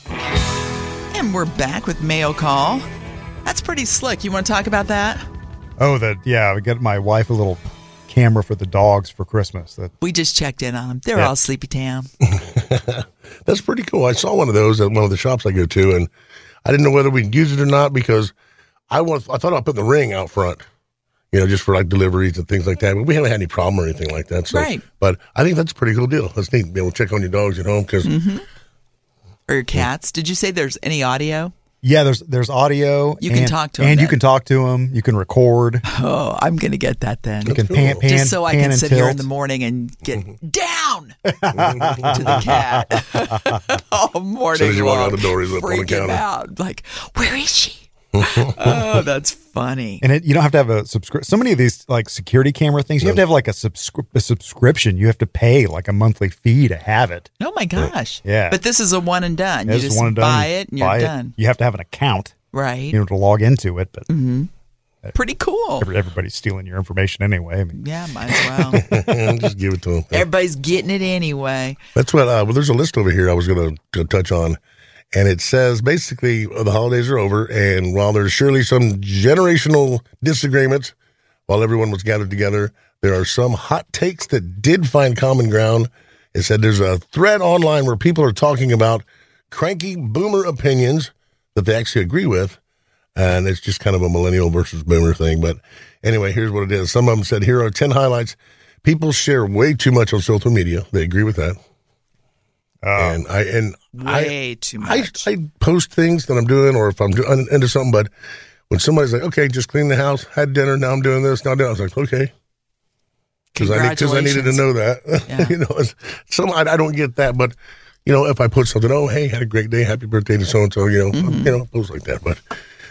C: And we're back with Mail Call. That's pretty slick. You want to talk about that?
D: Oh, that yeah. I get my wife a little camera for the dogs for Christmas. That
C: We just checked in on them. They're
D: Yeah.
C: all sleepy town.
E: That's pretty cool. I saw one of those at one of the shops I go to, and I didn't know whether we could use it or not because I was I thought I'd put the ring out front, you know, just for like deliveries and things like that. But we haven't had any problem or anything like that. So,
C: Right.
E: but I think that's a pretty cool deal. That's neat. to Be able to check on your dogs at home because
C: Mm-hmm. Or your cats. Did you say there's any audio?
D: yeah. There's there's audio.
C: You can
D: and-
C: talk to 'em
D: and you
C: then.
D: can talk to them. You can record.
C: Oh, I'm going to get that then.
D: You can
E: cool.
D: pan, pan
C: just so I
D: pan
C: can
D: and
C: sit here in the
D: tilt.
C: morning and
E: Mm-hmm.
C: get down to the cat all morning
E: Soon as you walk
C: long,
E: out the door, he's up on the
C: freaking
E: counter.
C: out like, where is she? oh, that's funny.
D: And it, you don't have to have a subscription. So many of these like security camera things, you have to have like a, subscri- a subscription. You have to pay like a monthly fee to have it.
C: Oh my gosh!
D: Yeah.
C: but this is a one and done.
D: This
C: you
D: is
C: just
D: one and done.
C: buy it and you're
D: Buy it.
C: done, Mm.
D: You have to have an account,
C: right?
D: you know, to log into it. But
C: Pretty cool.
D: every- everybody's stealing your information anyway. I mean,
C: Yeah, might as well.
E: just give it to them.
C: Everybody's getting it anyway.
E: That's what. Uh, well, there's a list over here I was going to touch on, and it says basically uh, the holidays are over, and while there's surely some generational disagreements, while everyone was gathered together, there are some hot takes that did find common ground. It said there's a thread online where people are talking about cranky boomer opinions that they actually agree with. And it's just kind of a millennial versus boomer thing. But anyway, here's what it is. Some of them said, here are 10 highlights. People share way too much on social media. They agree with that
D: uh,
E: and I and I,
C: Way too
E: I
C: much.
E: I post things that I'm doing, or if I'm do, un- into something. But when somebody's like, "Okay, just clean the house, had dinner, now I'm doing this, now I'm doing," I was like, "Okay," because I because I needed to
C: Congratulations.
E: know that.
C: Yeah.
E: you know, it's, some I, I don't get that, but you know, if I put something, "Oh, hey, had a great day, happy birthday to so and so," you know,
C: Mm-hmm.
E: you know, posts like that. But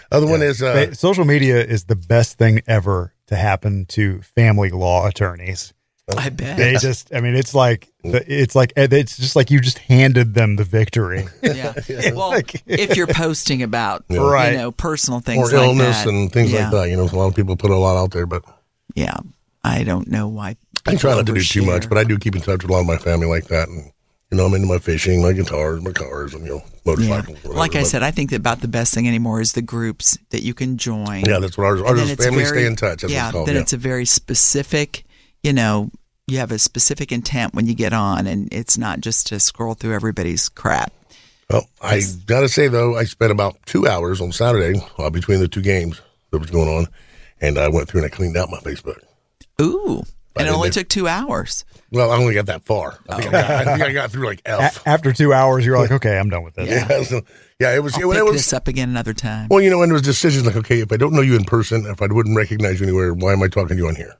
E: other one is uh,
D: but social media is the best thing ever to happen to family law attorneys.
C: I bet.
D: They just, I mean, it's like, the- it's like, eh, it's just like you just handed them the victory.
C: Yeah. Well,
D: Like-
C: if you're posting about
D: Right.
C: you know personal
E: or
C: things like
E: illness
C: that.
E: and things
C: yeah.
E: like that. You know, a lot of people put a lot out there, but.
C: Yeah. I don't know why.
E: I try not to do too much,
C: overshare.
E: but I do keep in touch with a lot of my family like that. And, you know, I'm into my fishing, my guitars, my cars, and, you know,
C: Yeah.
E: motorcycles. whatever.
C: Like I
E: But,
C: said, I think that about the best thing anymore is the groups that you can join.
E: Yeah, that's what ours,
C: And
E: ours
C: then
E: is
C: it's
E: family
C: very-
E: stay in touch. That's what
C: yeah,
E: it's called.
C: then
E: yeah.
C: it's a very specific, you know, you have a specific intent when you get on, and it's not just to scroll through everybody's crap.
E: well, I got to say, though, I spent about two hours on Saturday uh, between the two games that was going on. And I went through and I cleaned out my Facebook.
C: Ooh.
E: I
C: And it
E: didn't
C: only
E: do-
C: took two hours.
E: Well, I only got that far. I
C: Oh,
E: think, I, got, I, think I got through like
D: A-
E: F.
D: after two hours, you're like, okay, I'm done with this.
E: Yeah, so, yeah it was.
C: I'll
E: it,
C: pick
E: was
C: this up again another time.
E: Well, you know, and it was decisions like, okay, if I don't know you in person, if I wouldn't recognize you anywhere, why am I talking to you on here?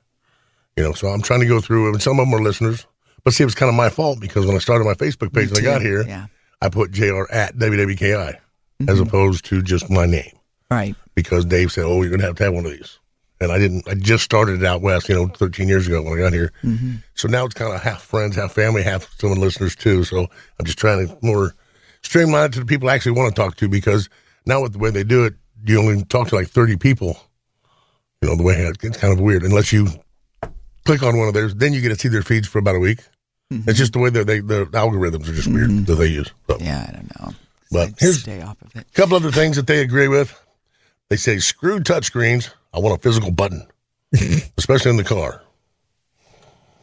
E: You know, so I'm trying to go through, and some of them are listeners. But see, it was kind of my fault because when I started my Facebook page, when I
C: too,
E: got here,
C: yeah. Mm-hmm.
E: I put JR at WWKI as opposed to just my name
C: Right.
E: because Dave said, oh, you're going to have to have one of these. And I didn't, I just started it out west, you know, 13 years ago when I got here. So now it's kind of half friends, half family, half some of the listeners too. So I'm just trying to more streamline it to the people I actually want to talk to because now with the way they do it, you only talk to like 30 people. You know, the way it- it's kind of weird. Unless you click on one of theirs, then you get to see their feeds for about a week. It's just the way that they the algorithms are just weird that they use. So.
C: Yeah, I don't know.
E: But here's
C: Stay off of it.
E: a couple other things that they agree with. They say screw touchscreens. I want a physical button, especially in the car.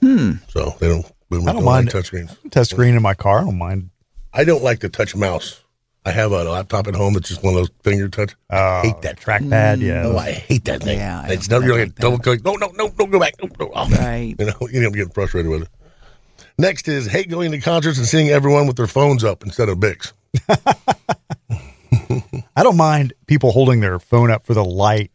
D: Hmm.
E: So they don't. We
D: I don't mind
E: like touchscreens.
D: Test screen in my car. I don't mind.
E: I don't like the touch mouse. I have a laptop at home that's just one of those finger touch. I hate that
C: Mm,
D: trackpad, yeah.
E: Oh, I hate that thing.
C: Yeah, I
E: it's never you're like double click. No, no, no, don't go back. No, no. Oh.
C: Right.
E: You know, you know, I'm getting frustrated with it. Next is hate going to concerts and seeing everyone with their phones up instead of bics.
D: I don't mind people holding their phone up for the light.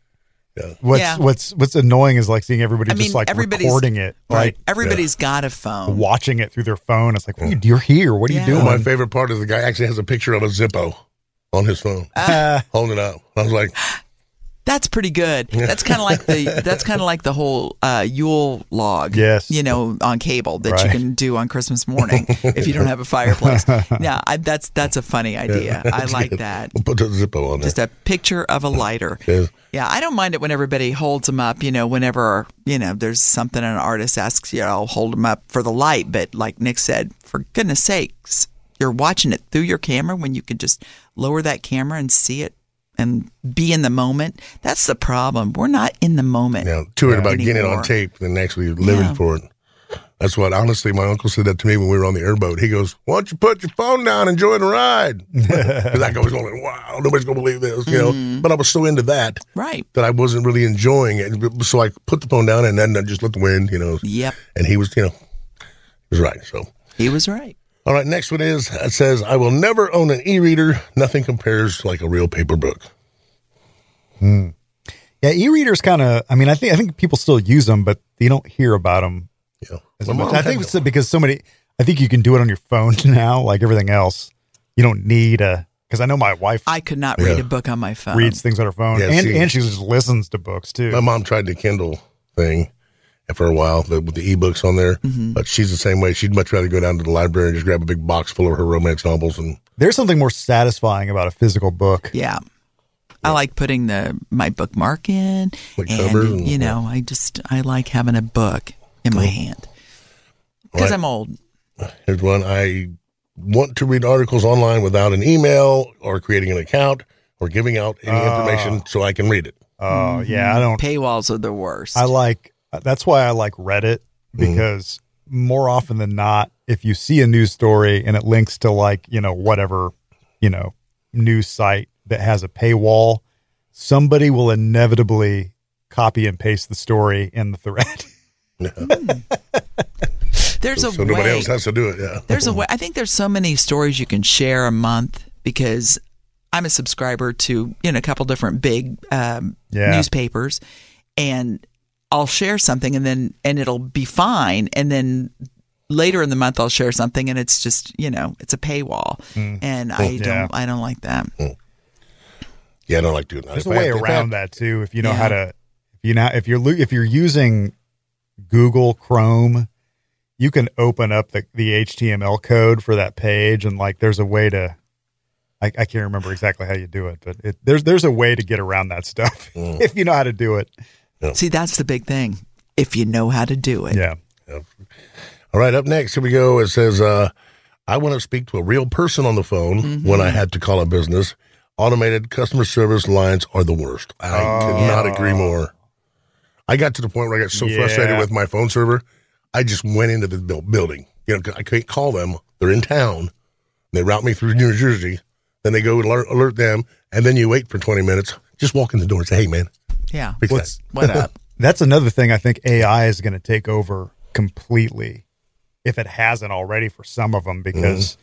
D: What's
C: Yeah.
D: what's what's annoying is like seeing everybody
C: I mean,
D: just like
C: everybody's
D: recording it,
C: Right.
D: like
C: Everybody's got a phone.
D: watching it through their phone. It's like what are you, you're here. What are
C: Yeah.
D: you doing?
E: My favorite part is the guy actually has a picture of a Zippo on his phone,
D: Uh,
E: holding it up. I was like,
C: That's pretty good. That's kind of like the that's kind of like the whole uh, Yule log.
D: Yes.
C: you know, on cable that you
D: Right.
C: can do on Christmas morning if you don't have a fireplace. Yeah, I, that's that's a funny idea. I
E: that's
C: like
E: good.
C: that.
E: We'll put the Zippo on there.
C: Just a picture of a lighter.
E: Yes.
C: Yeah, I don't mind it when everybody holds them up. You know, whenever you know there's something an artist asks you, I'll hold them up for the light. But like Nick said, for goodness sakes, you're watching it through your camera when you can just lower that camera and see it and be in the moment. That's the problem. We're not in the moment.
E: Yeah, too worried about getting it
C: anymore.
E: on tape than actually living
C: Yeah.
E: for it. That's what honestly, my uncle said that to me when we were on the airboat. He goes, "Why don't you put your phone down, and enjoy the ride?" Because I was going, "Wow, nobody's gonna believe this," you
C: Mm-hmm.
E: know. But I was so into that
C: Right.
E: that I wasn't really enjoying it. So I put the phone down and then I just let the wind, you know.
C: Yep.
E: And he was, you know, he was right. So,
C: He was right.
E: all right, next one is it says, "I will never own an e-reader. Nothing compares like a real paper book."
D: Yeah, e-readers kind of. I mean, I think I think people still use them, but you don't hear about them
E: Yeah,
D: as
E: My
D: much.
E: mom
D: I
E: had
D: think
E: one.
D: it's because so many. I think you can do it on your phone now, like everything else. You don't need a because I know my wife
C: I could not read a
E: Yeah.
C: book on my phone.
D: reads things on her phone,
E: Yeah,
D: and
E: see.
D: and she just listens to books too.
E: My mom tried the Kindle thing for a while the, with the ebooks on there,
D: Mm-hmm.
E: but she's the same way. She'd much rather go down to the library and just grab a big box full of her romance novels and
D: There's something more satisfying about a physical book.
C: Yeah. I like putting the my bookmark in,
E: Like
C: and
E: covers and-
C: you know, I just I like having a book in my hand because
E: Right.
C: I'm old.
E: here's one. I want to read articles online without an email or creating an account or giving out any
D: Ah.
E: information so I can read it.
D: Oh yeah, I don't.
C: Paywalls are the worst.
D: I like uh, that's why I like Reddit because more often than not, if you see a news story and it links to like you know whatever you know news site that has a paywall, somebody will inevitably copy and paste the story in the thread.
C: there's
E: So,
C: a
E: so
C: way.
E: nobody else has to do it. Yeah.
C: There's a way. I think there's so many stories you can share a month because I'm a subscriber to you know a couple different big um,
D: Yeah.
C: newspapers, and I'll share something and then and it'll be fine, and then later in the month I'll share something and it's just you know it's a paywall, and I
D: Mm. Yeah. Mm.
C: don't I don't like that.
E: Yeah, I don't like doing that.
D: There's a
E: If I
D: way
E: have- if I
D: around
E: have-
D: that too if you know how to. If you know if you're lo- if you're using Google Chrome, you can open up the, the HTML code for that page, and like there's a way to. I, I can't remember exactly how you do it, but it, there's there's a way to get around that stuff
E: Mm.
D: if you know how to do it.
C: See, that's the big thing. If you know how to do it,
D: Yeah,
E: All right, up next, here we go. It says, uh, I want to speak to a real person on the phone when
D: Mm-hmm.
E: I had to call a business. Automated customer service lines are the worst. I
D: Oh.
E: could not agree more. I got to the point where I got so frustrated
D: Yeah.
E: with my phone server, I just went into the buil- building. You know, 'cause I can't call them. They're in town. They route me through New Jersey. Then they go alert, alert them, and then you wait for 20 minutes. Just walk in the door and say, hey, man,
C: yeah.
E: fix
D: What's-
E: that.
C: What up?
D: that's another thing I think AI is going to take over completely if it hasn't already for some of them because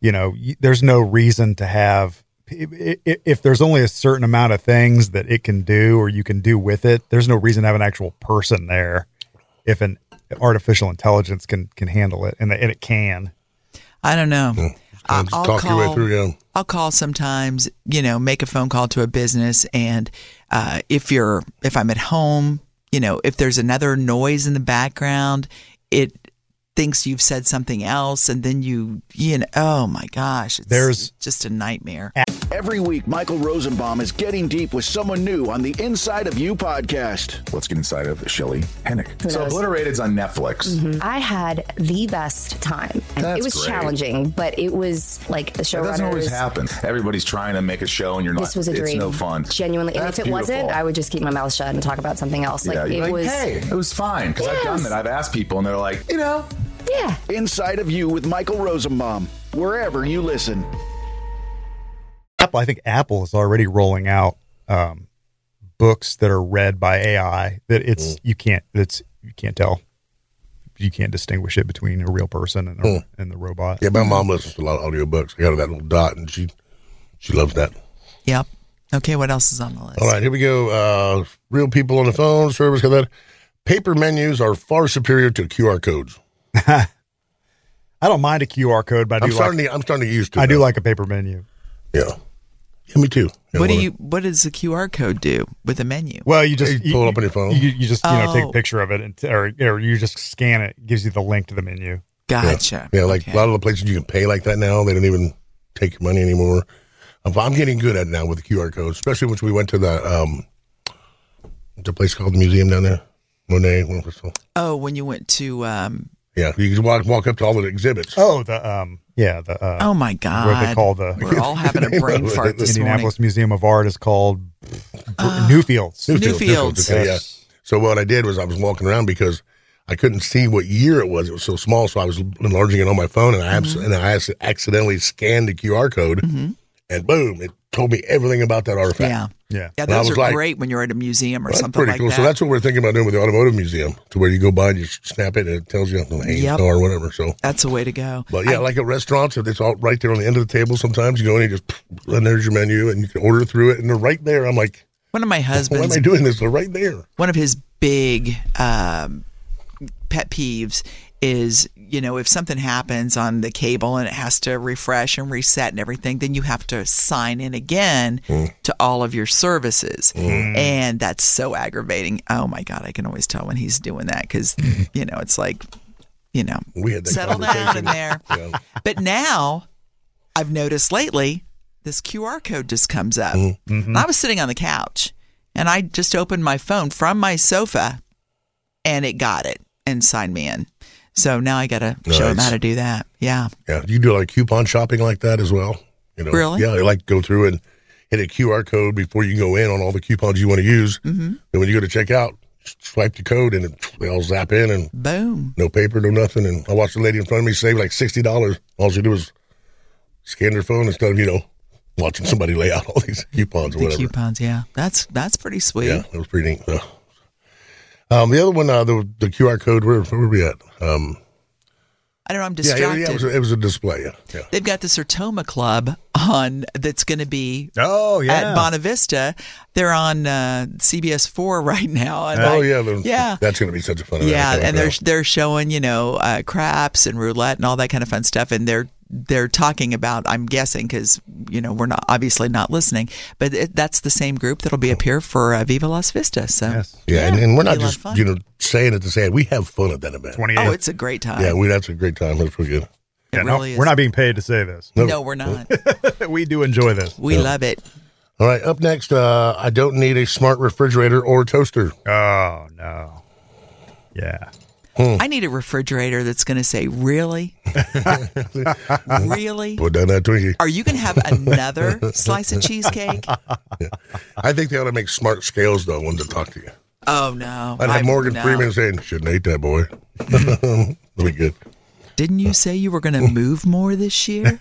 D: you know y- there's no reason to have i- i- if there's only a certain amount of things that it can do or you can do with it there's no reason to have an actual person there if an artificial intelligence can can handle it and, and it can
C: I don't know. I-
E: Just talk your way through. Yeah.
C: I'll call sometimes, you know, make a phone call to a business, and uh, if you're if I'm at home, you know, if there's another noise in the background, it thinks you've said something else, and then you, you know, oh my gosh, it's
D: There's-
C: just a nightmare.
J: Every week, Michael Rosenbaum is getting deep with someone new on the Inside of You podcast.
K: Let's get inside of Shelly Hennick.
L: Who
K: So
L: knows?
K: Obliterated's on Netflix.
L: I had the best time.
K: That's
L: it was
K: great.
L: challenging, but it was like the
K: That
L: showrunners.
K: doesn't always happen. Everybody's trying to make a show and you're not.
L: This was a
K: It's
L: dream.
K: no fun.
L: Genuinely, and
K: That's
L: if it wasn't,
K: beautiful.
L: I would just keep my mouth shut and talk about something else.
K: yeah,
L: Like
K: you're
L: it
K: like,
L: was.
K: hey, it was fine because I've done
L: Yes.
K: that. I've asked people and they're like, you know,
L: yeah.
J: Inside of You with Michael Rosenbaum, wherever you listen.
D: Apple, I think Apple is already rolling out um, books that are read by AI that it's
E: Mm.
D: you can't it's you can't tell you can't distinguish it between a real person and, a,
E: Mm.
D: and the robot.
E: Yeah, my mom listens to a lot of audiobooks. I got her that little dot, and she she loves that.
C: Yep. Okay, what else is on the list?
E: All right, here we go. Uh, real people on the phone, service, got that. Paper menus are far superior to QR codes.
D: I don't mind a QR code, but I
E: I'm
D: do like
E: starting. to, I'm starting to get used to.
D: I
E: it
D: do
E: now.
D: like a paper menu.
E: Yeah. Yeah, me too. Yeah,
C: what do
E: well,
C: you? What does the QR code do with a menu?
D: Well, you
E: You
D: just
E: pull it up on your phone.
D: You, you just you know take a
C: Oh.
D: picture of it and t- or, or you just scan it. Gives you the link to the menu.
C: Gotcha.
E: Yeah, like
C: Okay.
E: a lot of the places you can pay like that now, they don't even take your money anymore. I'm, I'm getting good at it now with the QR codes, especially once we went to the um, the place called the museum down there, Monet. one of those-
C: Oh, when you went to, um,
E: Yeah, you can walk walk up to all the exhibits.
D: Oh, the um yeah the uh,
C: oh my God,
D: what they call the
C: we're all having a brain fart this morning. Uh,
D: Indianapolis Museum of Art is called Newfields.
E: Newfields,
C: Newfields.
E: okay, yeah. So what I did was I was walking around because I couldn't see what year it was. It was so small, so I was enlarging it on my phone, and I abs-
C: Mm-hmm.
E: and I ac- accidentally scanned the QR code, and boom, it told me everything about that artifact.
C: Yeah,
D: Yeah.
C: yeah,
E: And I
C: those are
E: was like-
C: great when you're at a museum or
E: Well,
C: something like
E: So
C: that.
E: that's what we're thinking about doing with the automotive museum, to where you go by and you snap it and it tells you the name
C: Yep.
E: or whatever. So,
C: That's a way to go.
E: but yeah, like at restaurants, if it's all right there on the end of the table. Sometimes you go in and you just and there's your menu and you can order through it and they're right there. I'm like,
C: One of my
E: why am
C: husband's
E: I doing this? They're right there.
C: one of his big um, pet peeves is you know if something happens on the cable and it has to refresh and reset and everything then you have to sign in again
E: Mm.
C: to all of your services and that's so aggravating oh my god i can always tell when he's doing that because you know it's like you know
E: We had that
C: settle down in
E: conversation.
C: there
E: Yeah.
C: but now I've noticed lately this QR code just comes up.
E: Mm-hmm.
C: And I was sitting on the couch and I just opened my phone from my sofa and it got it and signed me in. So now I got to show him
E: Nice.
C: how to do that. Yeah.
E: Yeah, you do like coupon shopping like that as well. You know,
C: Really?
E: Yeah, they like go through and hit a QR code before you go in on all the coupons you want to use. Mm-hmm. And when you go to check out, swipe the code and it, they all zap in and
C: Boom.
E: no paper, no nothing. And I watched the lady in front of me save like sixty dollars. All she did was scan her phone instead of you know watching somebody lay out all these coupons or
C: The
E: whatever.
C: coupons. Yeah. That's that's pretty sweet.
E: Yeah, that was pretty neat. So, um, the other one, uh, the, the QR code. Where, where were we at? Um,
C: I don't know. I'm
E: yeah,
C: distracted.
E: yeah, yeah, it was, a, it was a display. Yeah, yeah.
C: They've got the Sertoma Club on that's going to be
D: Oh
C: at Bonavista. They're on uh, CBS Four right now. And
E: Oh
C: I-
E: yeah, the-
C: Yeah.
E: That's gonna be such a fun. event. I
C: yeah,
E: can't
C: and
E: wait.
C: they're they're showing you know uh, craps and roulette and all that kind of fun stuff, and they're they're talking about I'm guessing because you know we're not obviously not listening, but it, that's the same group that'll be up here for uh, Viva Las Vistas. So
D: Yes.
E: yeah, and, and we're not
C: Be a lot of
E: just
C: fun.
E: you know saying it to say it. We have fun at that event.
D: Twenty
C: oh,
D: eight.
C: it's a great time.
E: Yeah, we that's a great time. That's pretty good.
C: it really is.
D: we're not being paid to say this.
C: No, we're not.
D: we do enjoy this.
C: We love it.
E: All right, up next, uh, I don't need a smart refrigerator or toaster.
D: Oh no. Yeah.
E: Hmm.
C: I need a refrigerator that's going to say really, really.
E: Put down that Twinkie.
C: Are you going to have another slice of cheesecake?
E: I think they ought to make smart scales though, ones that talk to you.
C: Oh no!
E: I'd have
C: I-
E: Morgan
C: no.
E: Freeman saying, "Shouldn't eat that, boy." That'd be good.
C: Didn't you say you were going to move more this year?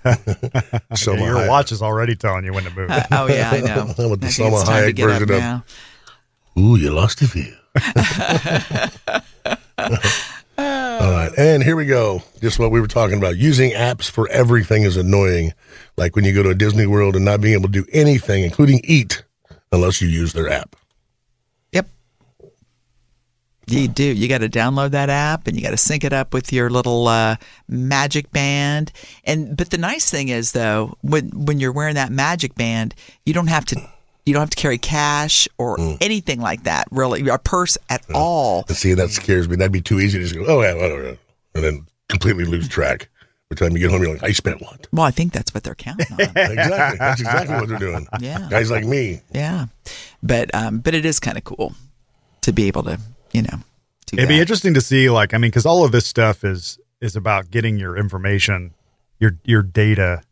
E: Selma
D: Your
E: Hayek.
D: watch is already telling you when to move.
C: Uh, oh yeah, I know.
E: I want the
C: I think it's
E: Selma
C: time to
E: Hayek
C: get up
E: version of-
C: now.
E: Ooh, you lost a few. All right, and here we go. Just what we were talking about. Using apps for everything is annoying. Like when you go to a Disney World and not being able to do anything, including eat, unless you use their app.
C: Yep. You do. You got to download that app and you got to sync it up with your little uh, magic band. And but the nice thing is though, when when you're wearing that magic band, you don't have to you don't have to carry cash or anything like that, really, a purse at all.
E: And see, that scares me. That'd be too easy to just go, oh, yeah, whatever. And then completely lose track. By the time you get home, you're like, I spent what?
C: Well, I think that's what they're counting on.
E: exactly. That's exactly what they're doing.
C: Yeah.
E: Guys like me.
C: Yeah, but um, but it is kind of cool to be able to you know do
D: It'd be
C: that.
D: interesting to see, like, I mean, because all of this stuff is is about getting your information, your your data,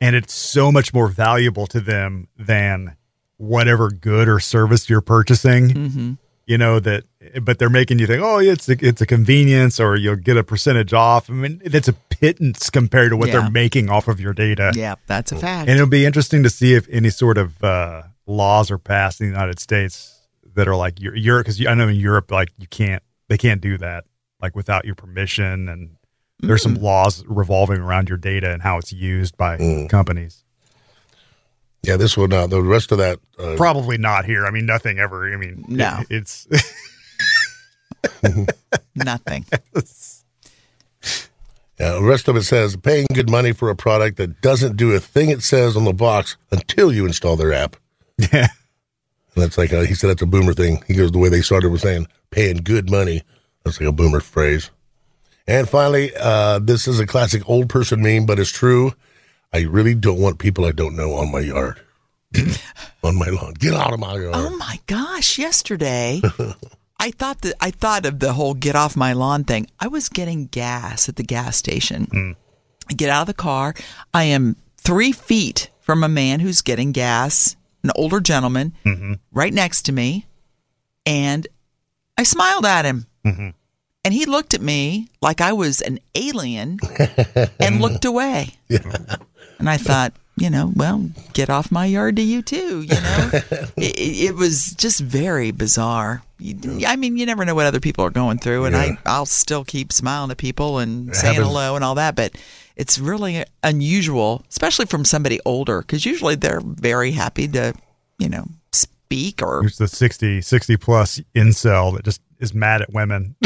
D: and it's so much more valuable to them than whatever good or service you're purchasing.
C: Mhm.
D: You know that, but they're making you think, oh, it's a, it's a convenience, or you'll get a percentage off. I mean, that's a pittance compared to what
C: Yeah.
D: they're making off of your data.
C: Yeah, that's a fact.
D: And it'll be interesting to see if any sort of uh, laws are passed in the United States that are like Eu- Europe, because I know in Europe, like you can't, they can't do that like without your permission. And there's
C: Mm.
D: some laws revolving around your data and how it's used by
C: Mm.
D: companies.
E: Yeah, this will not. The rest of that. Uh,
D: Probably not here. I mean, nothing ever. I mean,
C: No.
D: it- it's
C: Nothing.
E: yeah, the rest of it says paying good money for a product that doesn't do a thing it says on the box until you install their app.
D: yeah.
E: And that's like, a, he said that's a boomer thing. He goes, the way they started was saying paying good money. That's like a boomer phrase. And finally, uh, this is a classic old person meme, but it's true. I really don't want people I don't know on my yard, on my lawn. Get out of my yard.
C: Oh my gosh! Yesterday, I thought that I thought of the whole "get off my lawn" thing. I was getting gas at the gas station. I get out of the car. I am three feet from a man who's getting gas, an older gentleman, right next to me, and I smiled at him, and he looked at me like I was an alien, and looked away. And I thought, you know, well, get off my yard to you too. You know, it, it was just very bizarre. You- I mean, you never know what other people are going through, and I, I'll still keep smiling at people and saying
E: happens.
C: hello and all that, but it's really unusual, especially from somebody older, because usually they're very happy to, you know, speak or
D: There's the 60, 60 plus incel that just is mad at women.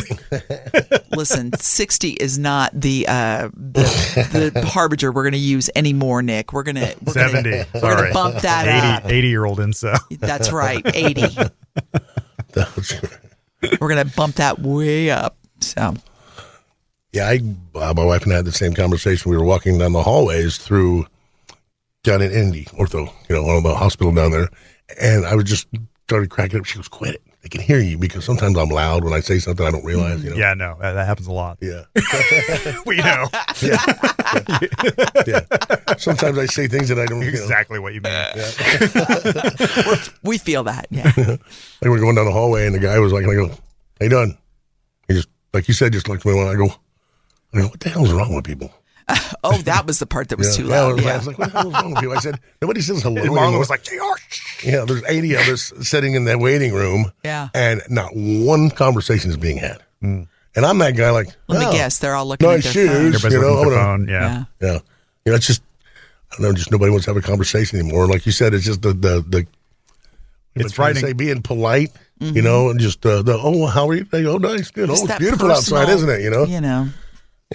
C: listen. Sixty is not the uh, the, the harbinger we're going to use anymore, Nick. We're gonna we're
D: 70.
C: Gonna, we're
D: sorry.
C: gonna bump that
D: 80,
C: up.
D: 80 year old incel.
C: That's right, 80.
E: That's-
C: We're going to bump that way up. So,
E: yeah, I, uh, my wife and I had the same conversation. We were walking down the hallways through down in Indy, ortho, you know, one of the hospital down there. And I was just started cracking up. She goes, quit it. They can hear you because sometimes I'm loud when I say something I don't realize, you know?
D: Yeah, no, that, that happens a lot.
E: Yeah.
D: We know
E: yeah. Sometimes I say things that I don't you know.
D: exactly what you mean.
C: we're, we feel that. Yeah.
E: Like we're going down the hallway, and the guy was like, "I go, how you doing?" He just, like you said, just looked at me. And I go, "I go, what the hell's wrong with people?"
C: Oh, that was the part that was
E: Yeah,
C: too
E: yeah, I
C: loud.
E: was, like- I
C: Yeah.
E: was like, "What the hell's wrong with you?" I said, "Nobody says hello."
D: And
E: anymore."
D: Marlon was like, JR,
E: "Yeah, there's 80 of us sitting in that waiting room,
C: Yeah.
E: and not one conversation is being had."
D: Hmm.
E: And I'm that guy, like,
C: Let
E: "Oh,
C: me guess. They're all looking at
E: nice
C: their phone.
E: shoes."
D: everybody's
E: You know,
D: looking at their
E: I'm gonna-
D: phone. Yeah.
C: Yeah.
E: Yeah, you know, it's just, I don't know, just nobody wants to have a conversation anymore. Like you said, it's just the the the.
D: It's
E: trying to
D: frightening.
E: say being polite, you know, and just uh, the oh how are you? Hey, Oh nice, good.
C: Mm-hmm. Just
E: Oh, it's
C: that
E: beautiful outside,
C: personal-
E: isn't it? You know,
C: You know,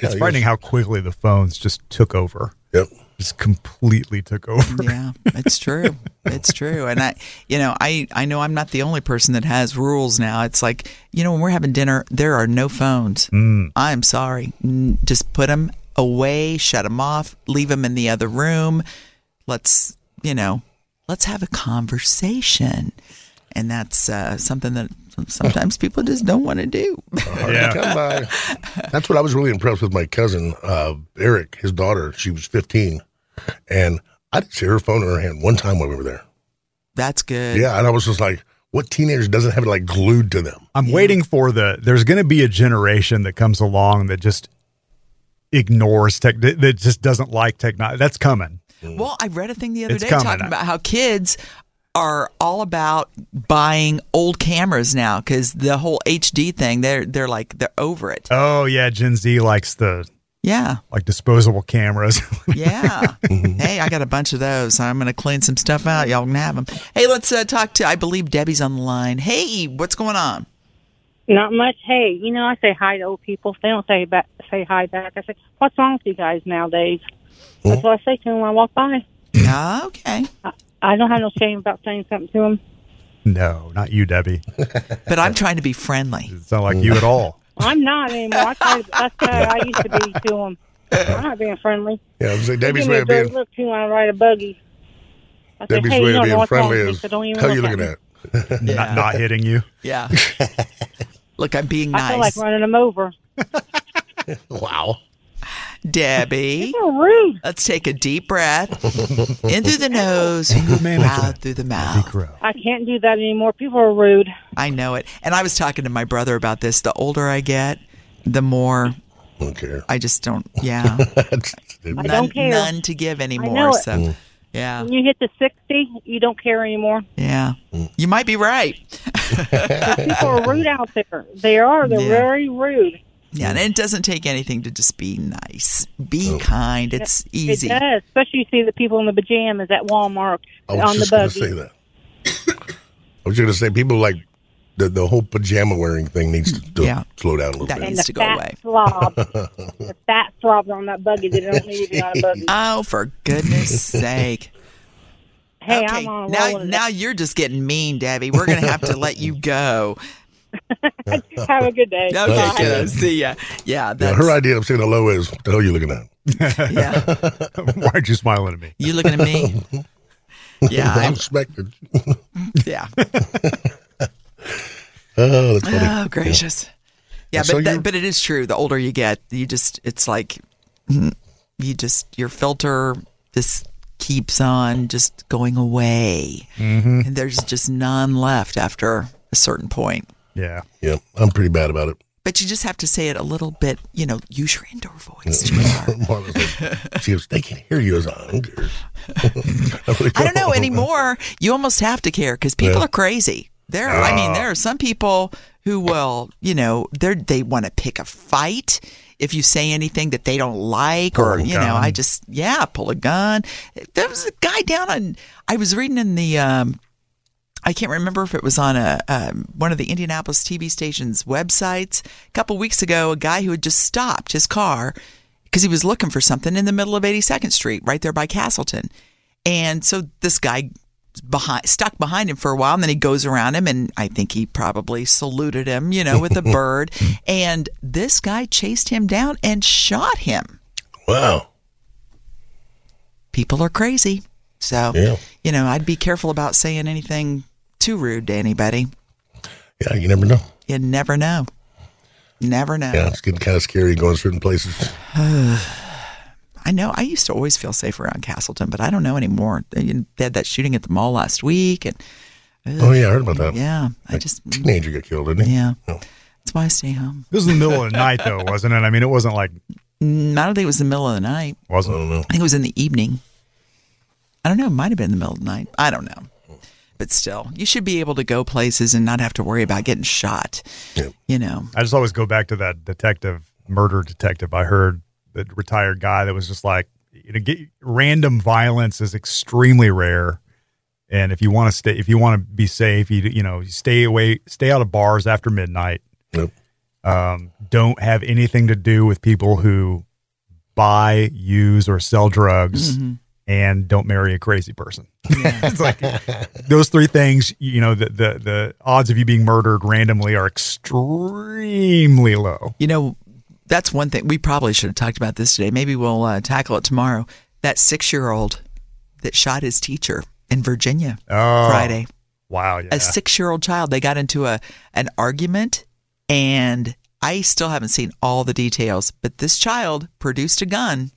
E: Yeah,
D: It's frightening how quickly the phones just took over.
E: Yep.
D: Just completely took over.
C: yeah, it's true. It's true. And I, you know, I, I know I'm not the only person that has rules now. It's like, you know, when we're having dinner, there are no phones. I'm sorry. N- Just put them away, shut them off, leave them in the other room. Let's, you know, let's have a conversation. And that's uh, something that sometimes people just don't want to do.
E: Hard to
D: Yeah.
E: come by. That's what I was really impressed with my cousin uh, Eric, his daughter. She was 15, and I didn't see her phone in her hand one time while we were there.
C: That's good.
E: Yeah, and I was just like, what teenager doesn't have it like glued to them?
D: I'm waiting for the there's going to be a generation that comes along that just ignores tech that that just doesn't like technology. That's coming.
C: Well, I read a thing the other
D: It's
C: day
D: coming.
C: talking about how kids are all about buying old cameras now because the whole HD thing. They're they're like they're over it.
D: Oh yeah, Gen Z likes the
C: Yeah,
D: like disposable cameras.
C: yeah. hey, I got a bunch of those. I'm gonna clean some stuff out. Y'all can have them. Hey, let's uh, talk to. I believe Debbie's on the line. Hey, what's going on?
M: Not much. Hey, you know, I say hi to old people. They don't say back, say hi back. I say, what's wrong with you guys nowadays? That's what I say to them when I walk by.
C: Ah, okay,
M: I don't have no shame about saying something to them.
D: no, not you, Debbie.
C: but I'm trying to be friendly.
D: It's not like you at all.
M: I'm not anymore. I tried, that's how I used to be to them. I'm not being friendly.
E: Yeah, I was like,
M: They
E: Debbie's
M: give me
E: way
M: a
E: of
M: dirty
E: being
M: look too when I ride a buggy. I say,
E: Debbie's
M: hey, you
E: way
M: don't
E: of
M: know
E: being
M: what's wrong with
E: friendly
M: me,
E: is
M: so don't even
E: how
M: look
E: you
M: at
E: looking
M: me.
E: at?
D: Not, not hitting you.
C: Yeah. Look, I'm being
M: I feel like
C: nice.
M: running them over.
E: wow.
C: Debbie.
M: rude.
C: Let's take a deep breath in through the nose, out through the mouth.
M: I can't do that anymore. People are rude.
C: I know it. And I was talking to my brother about this. The older I get, the more I just don't. Yeah,
M: I
C: none,
M: don't care.
C: none to give anymore.
M: know it.
C: so,
M: Mm. Mm.
C: yeah,
M: When you hit the 60, you don't care anymore.
C: yeah, you might be right.
M: People are rude out there. They are. They're
C: Yeah.
M: very rude.
C: Yeah,
M: Mm.
C: and it doesn't take anything to just be nice. Be kind. It's easy.
M: Oh. It does. Especially you see the people in the pajamas at Walmart
E: I was
M: on the
E: just going to
M: buggy.
E: say that. I was going to say people like the the whole pajama wearing thing needs to, to
M: Yeah.
E: slow down a little
M: That
E: bit.
M: needs And to the go fat away. slob. The fat slobs on that buggy that don't need to be on a buggy.
C: Oh, for goodness sake.
M: Hey,
C: okay,
M: I'm on a roll
C: now,
M: with it.
C: now you're just getting mean, Debbie. We're going to have to let you go.
M: Have a good day.
C: Okay,
E: Bye.
C: kiddo. See ya. Yeah,
E: yeah,
C: that's,
E: her idea of saying hello is what the hell are you looking at?
D: Why are you smiling at me?
C: You looking at me? Yeah,
E: I'm
C: I'm-
E: expected.
C: yeah.
E: Oh, that's funny.
C: Oh, gracious. Yeah,
E: So
C: but
E: you're-
C: that, but it is true. The older you get, you just it's like mm, you just your filter this keeps on just going away,
E: Mhm.
C: and there's just none left after a certain point.
D: Yeah.
E: Yeah, I'm pretty bad about it.
C: But you just have to say it a little bit. You know, use your indoor voice.
E: Marla's like, she goes, they can hear you as I don't care. I, really
C: I don't know anymore. You almost have to care because people
E: Yeah.
C: are crazy. There, I mean, there are some people who will, you know, they they want to pick a fight if you say anything that they don't like, or
N: Pull a
C: you know, I
N: gun.
C: just yeah, pull a gun. There was a guy down on. I was reading in the. Um, I can't remember if it was on a um, one of the Indianapolis TV station's websites a couple weeks ago. A guy who had just stopped his car because he was looking for something in the middle of 82nd Street, right there by Castleton. And so this guy behind stuck behind him for a while, and then he goes around him, and I think he probably saluted him, you know, with a bird. And this guy chased him down and shot him.
E: Wow.
C: People are crazy, so
E: Yeah.
C: you know I'd be careful about saying anything too rude to anybody.
E: Yeah, you never know.
C: You never know. Never know.
E: Yeah, it's getting kind of scary going certain places.
C: I know. I used to always feel safe around Castleton, but I don't know anymore. They they had that shooting at the mall last week, and
E: Oh, yeah, I heard about that.
C: Yeah, I
E: That
C: just
E: Teenager got killed, didn't he?
C: Yeah.
E: Oh,
C: that's why I stay home.
D: This was in the middle of the night, though, wasn't it? I mean, it wasn't like
C: Mm, I don't think it was the middle of the night.
D: wasn't.
C: I think it was in the evening. I don't know. It might have been in the middle of the night. I don't know. But still, you should be able to go places and not have to worry about getting shot. You know.
D: I just always go back to that detective, murder detective I heard, that retired guy that was just like, you know, get, random violence is extremely rare. And if you want to stay, if you want to be safe, you you know, you stay away, stay out of bars after midnight. Um, don't have anything to do with people who buy, use, or sell drugs,
O: Mhm.
D: and don't marry a crazy person. it's like those three things. You know, the, the the odds of you being murdered randomly are extremely low.
C: You know, that's one thing we probably should have talked about this today. Maybe we'll uh, tackle it tomorrow. That six-year-old that shot his teacher in Virginia
D: Oh,
C: Friday.
D: Wow. Yeah.
C: A six-year-old child. They got into a an argument, and I still haven't seen all the details. But this child produced a gun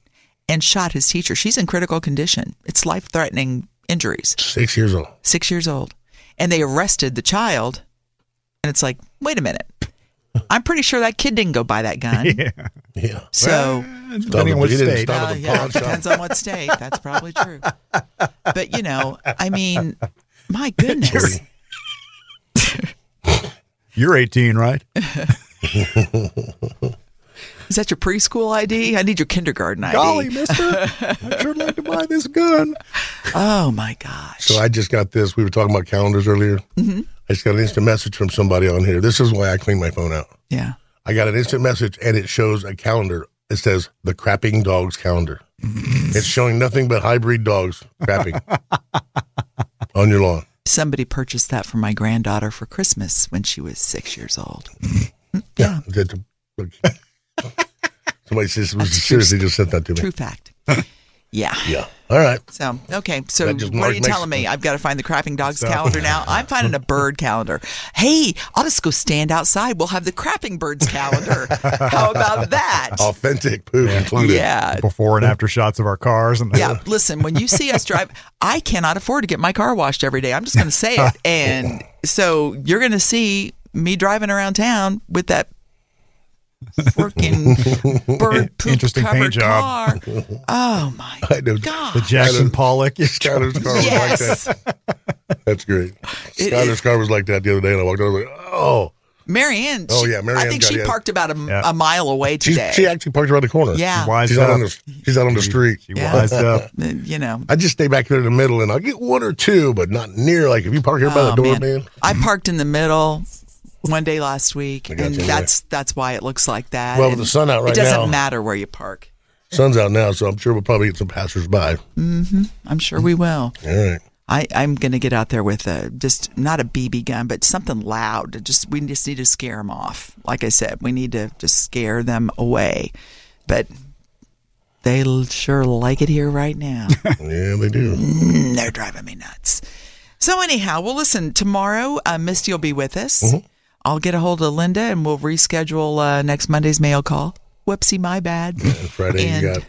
C: and shot his teacher. She's in critical condition. It's life-threatening injuries.
E: Six years old.
C: Six years old, and they arrested the child. And it's like, wait a minute. I'm pretty sure that kid didn't go buy that gun.
D: Yeah.
E: Yeah.
C: So
D: depending on what
E: He didn't
D: state.
E: stop at
C: Uh,
E: the
C: yeah,
E: pawn
C: it
E: shop.
C: depends on what state. That's probably true. But you know, I mean, my goodness.
D: You're 18, right?
C: Is that your preschool ID? I need your kindergarten ID.
D: Golly, mister. I'd sure like to buy this gun.
C: Oh my gosh.
E: So I just got this. We were talking about calendars earlier.
C: Mhm.
E: I just got an instant message from somebody on here. This is why I clean my phone out.
C: Yeah.
E: I got an instant message and it shows a calendar. It says the crapping dogs calendar. it's showing nothing but high breed dogs crapping on your lawn.
C: Somebody purchased that for my granddaughter for Christmas when she was six years old.
E: Yeah. That- that- Somebody says, seriously just sent that to me.
C: True fact. Yeah.
E: Yeah. All right.
C: So okay, so
E: That just
C: what are you
E: makes-
C: telling me? I've got to find the crapping dogs
E: So-
C: calendar now. I'm finding a bird calendar. Hey, I'll just go stand outside. We'll have the crapping birds calendar. How about that?
E: Authentic poop included.
C: Yeah.
D: Before and after shots of our cars and
C: Yeah, listen, when you see us drive, I cannot afford to get my car washed every day. I'm just going to say it. And so you're going to see me driving around town with that freaking bird poop
D: interesting paint
C: covered
D: job.
C: car. Oh my
E: I know.
C: God.
D: The Jackson Pollock.
E: Skyler's car was
C: Yes.
E: like that. That's great.
C: It-
E: Skyler's car was like that the other day, and I walked over like, oh.
C: Marianne.
E: Oh,
C: she-
E: yeah, Marianne
C: I think
E: got
C: she
E: in.
C: parked about a,
E: Yeah.
C: a mile away
E: She's,
C: today.
E: she actually parked around the corner.
C: Yeah. Wised
E: she's, out on
C: up.
E: the, she's out on the street. She
C: Yeah. wised up. Uh, you know.
E: I just stay back there in the middle, and I'll get one or two, but not near. Like, if you park here by
C: Oh,
E: the door, man.
C: I parked in the middle one day last week,
E: got
C: and
E: you, yeah.
C: that's that's why it looks like that.
E: Well, with
C: And
E: the sun out right
C: it doesn't
E: now-
C: matter where you park.
E: Sun's out now, so I'm sure we'll probably get some passersby.
C: hmm I'm sure we will.
E: All right.
C: I, I'm going to get out there with a just not a BB gun, but something loud. Just we just need to scare them off. Like I said, we need to just scare them away. But they l- sure like it here right now.
E: Yeah, they do.
C: Mm, they're driving me nuts. So anyhow, well, listen. Tomorrow, uh, Misty will be with us. I'll get a hold of Linda, and we'll reschedule uh, next Monday's mail call. Whoopsie, my bad.
E: Friday,
C: And-
E: you got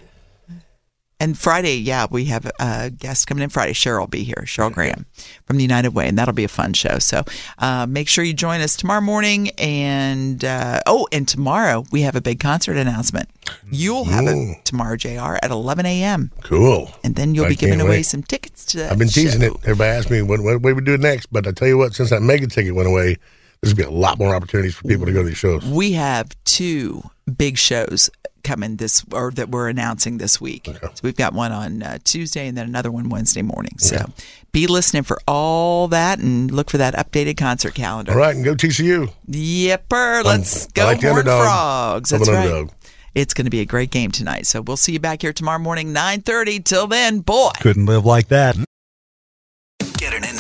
C: And Friday, yeah, we have a guest coming in Friday. Cheryl will be here, Cheryl Graham from the United Way, and that'll be a fun show. So uh, make sure you join us tomorrow morning. And uh, oh, and tomorrow we have a big concert announcement. You'll have it tomorrow, JR, at 11 a.m.
E: cool.
C: And then you'll
E: I
C: be giving
E: can't
C: away
E: wait.
C: some tickets to that
E: I've been teasing
C: show.
E: it. Everybody asked me what, what, what we do next, but I tell you what, since that mega ticket went away, there's gonna be a lot more opportunities for people to go to these shows.
C: We have two big shows coming this or that we're announcing this week. So we've got one on uh, Tuesday and then another one Wednesday morning. So be listening for all that and look for that updated concert calendar.
E: All right, and go TCU.
C: Yipper, let's
E: I
C: go
E: like the
C: Horned
E: underdog.
C: Frogs.
E: I'm
C: That's
E: an
C: right.
E: underdog.
C: It's going to be a great game tonight. So we'll see you back here tomorrow morning 9:30. Till then, boy.
D: Couldn't live like that.
N: Get an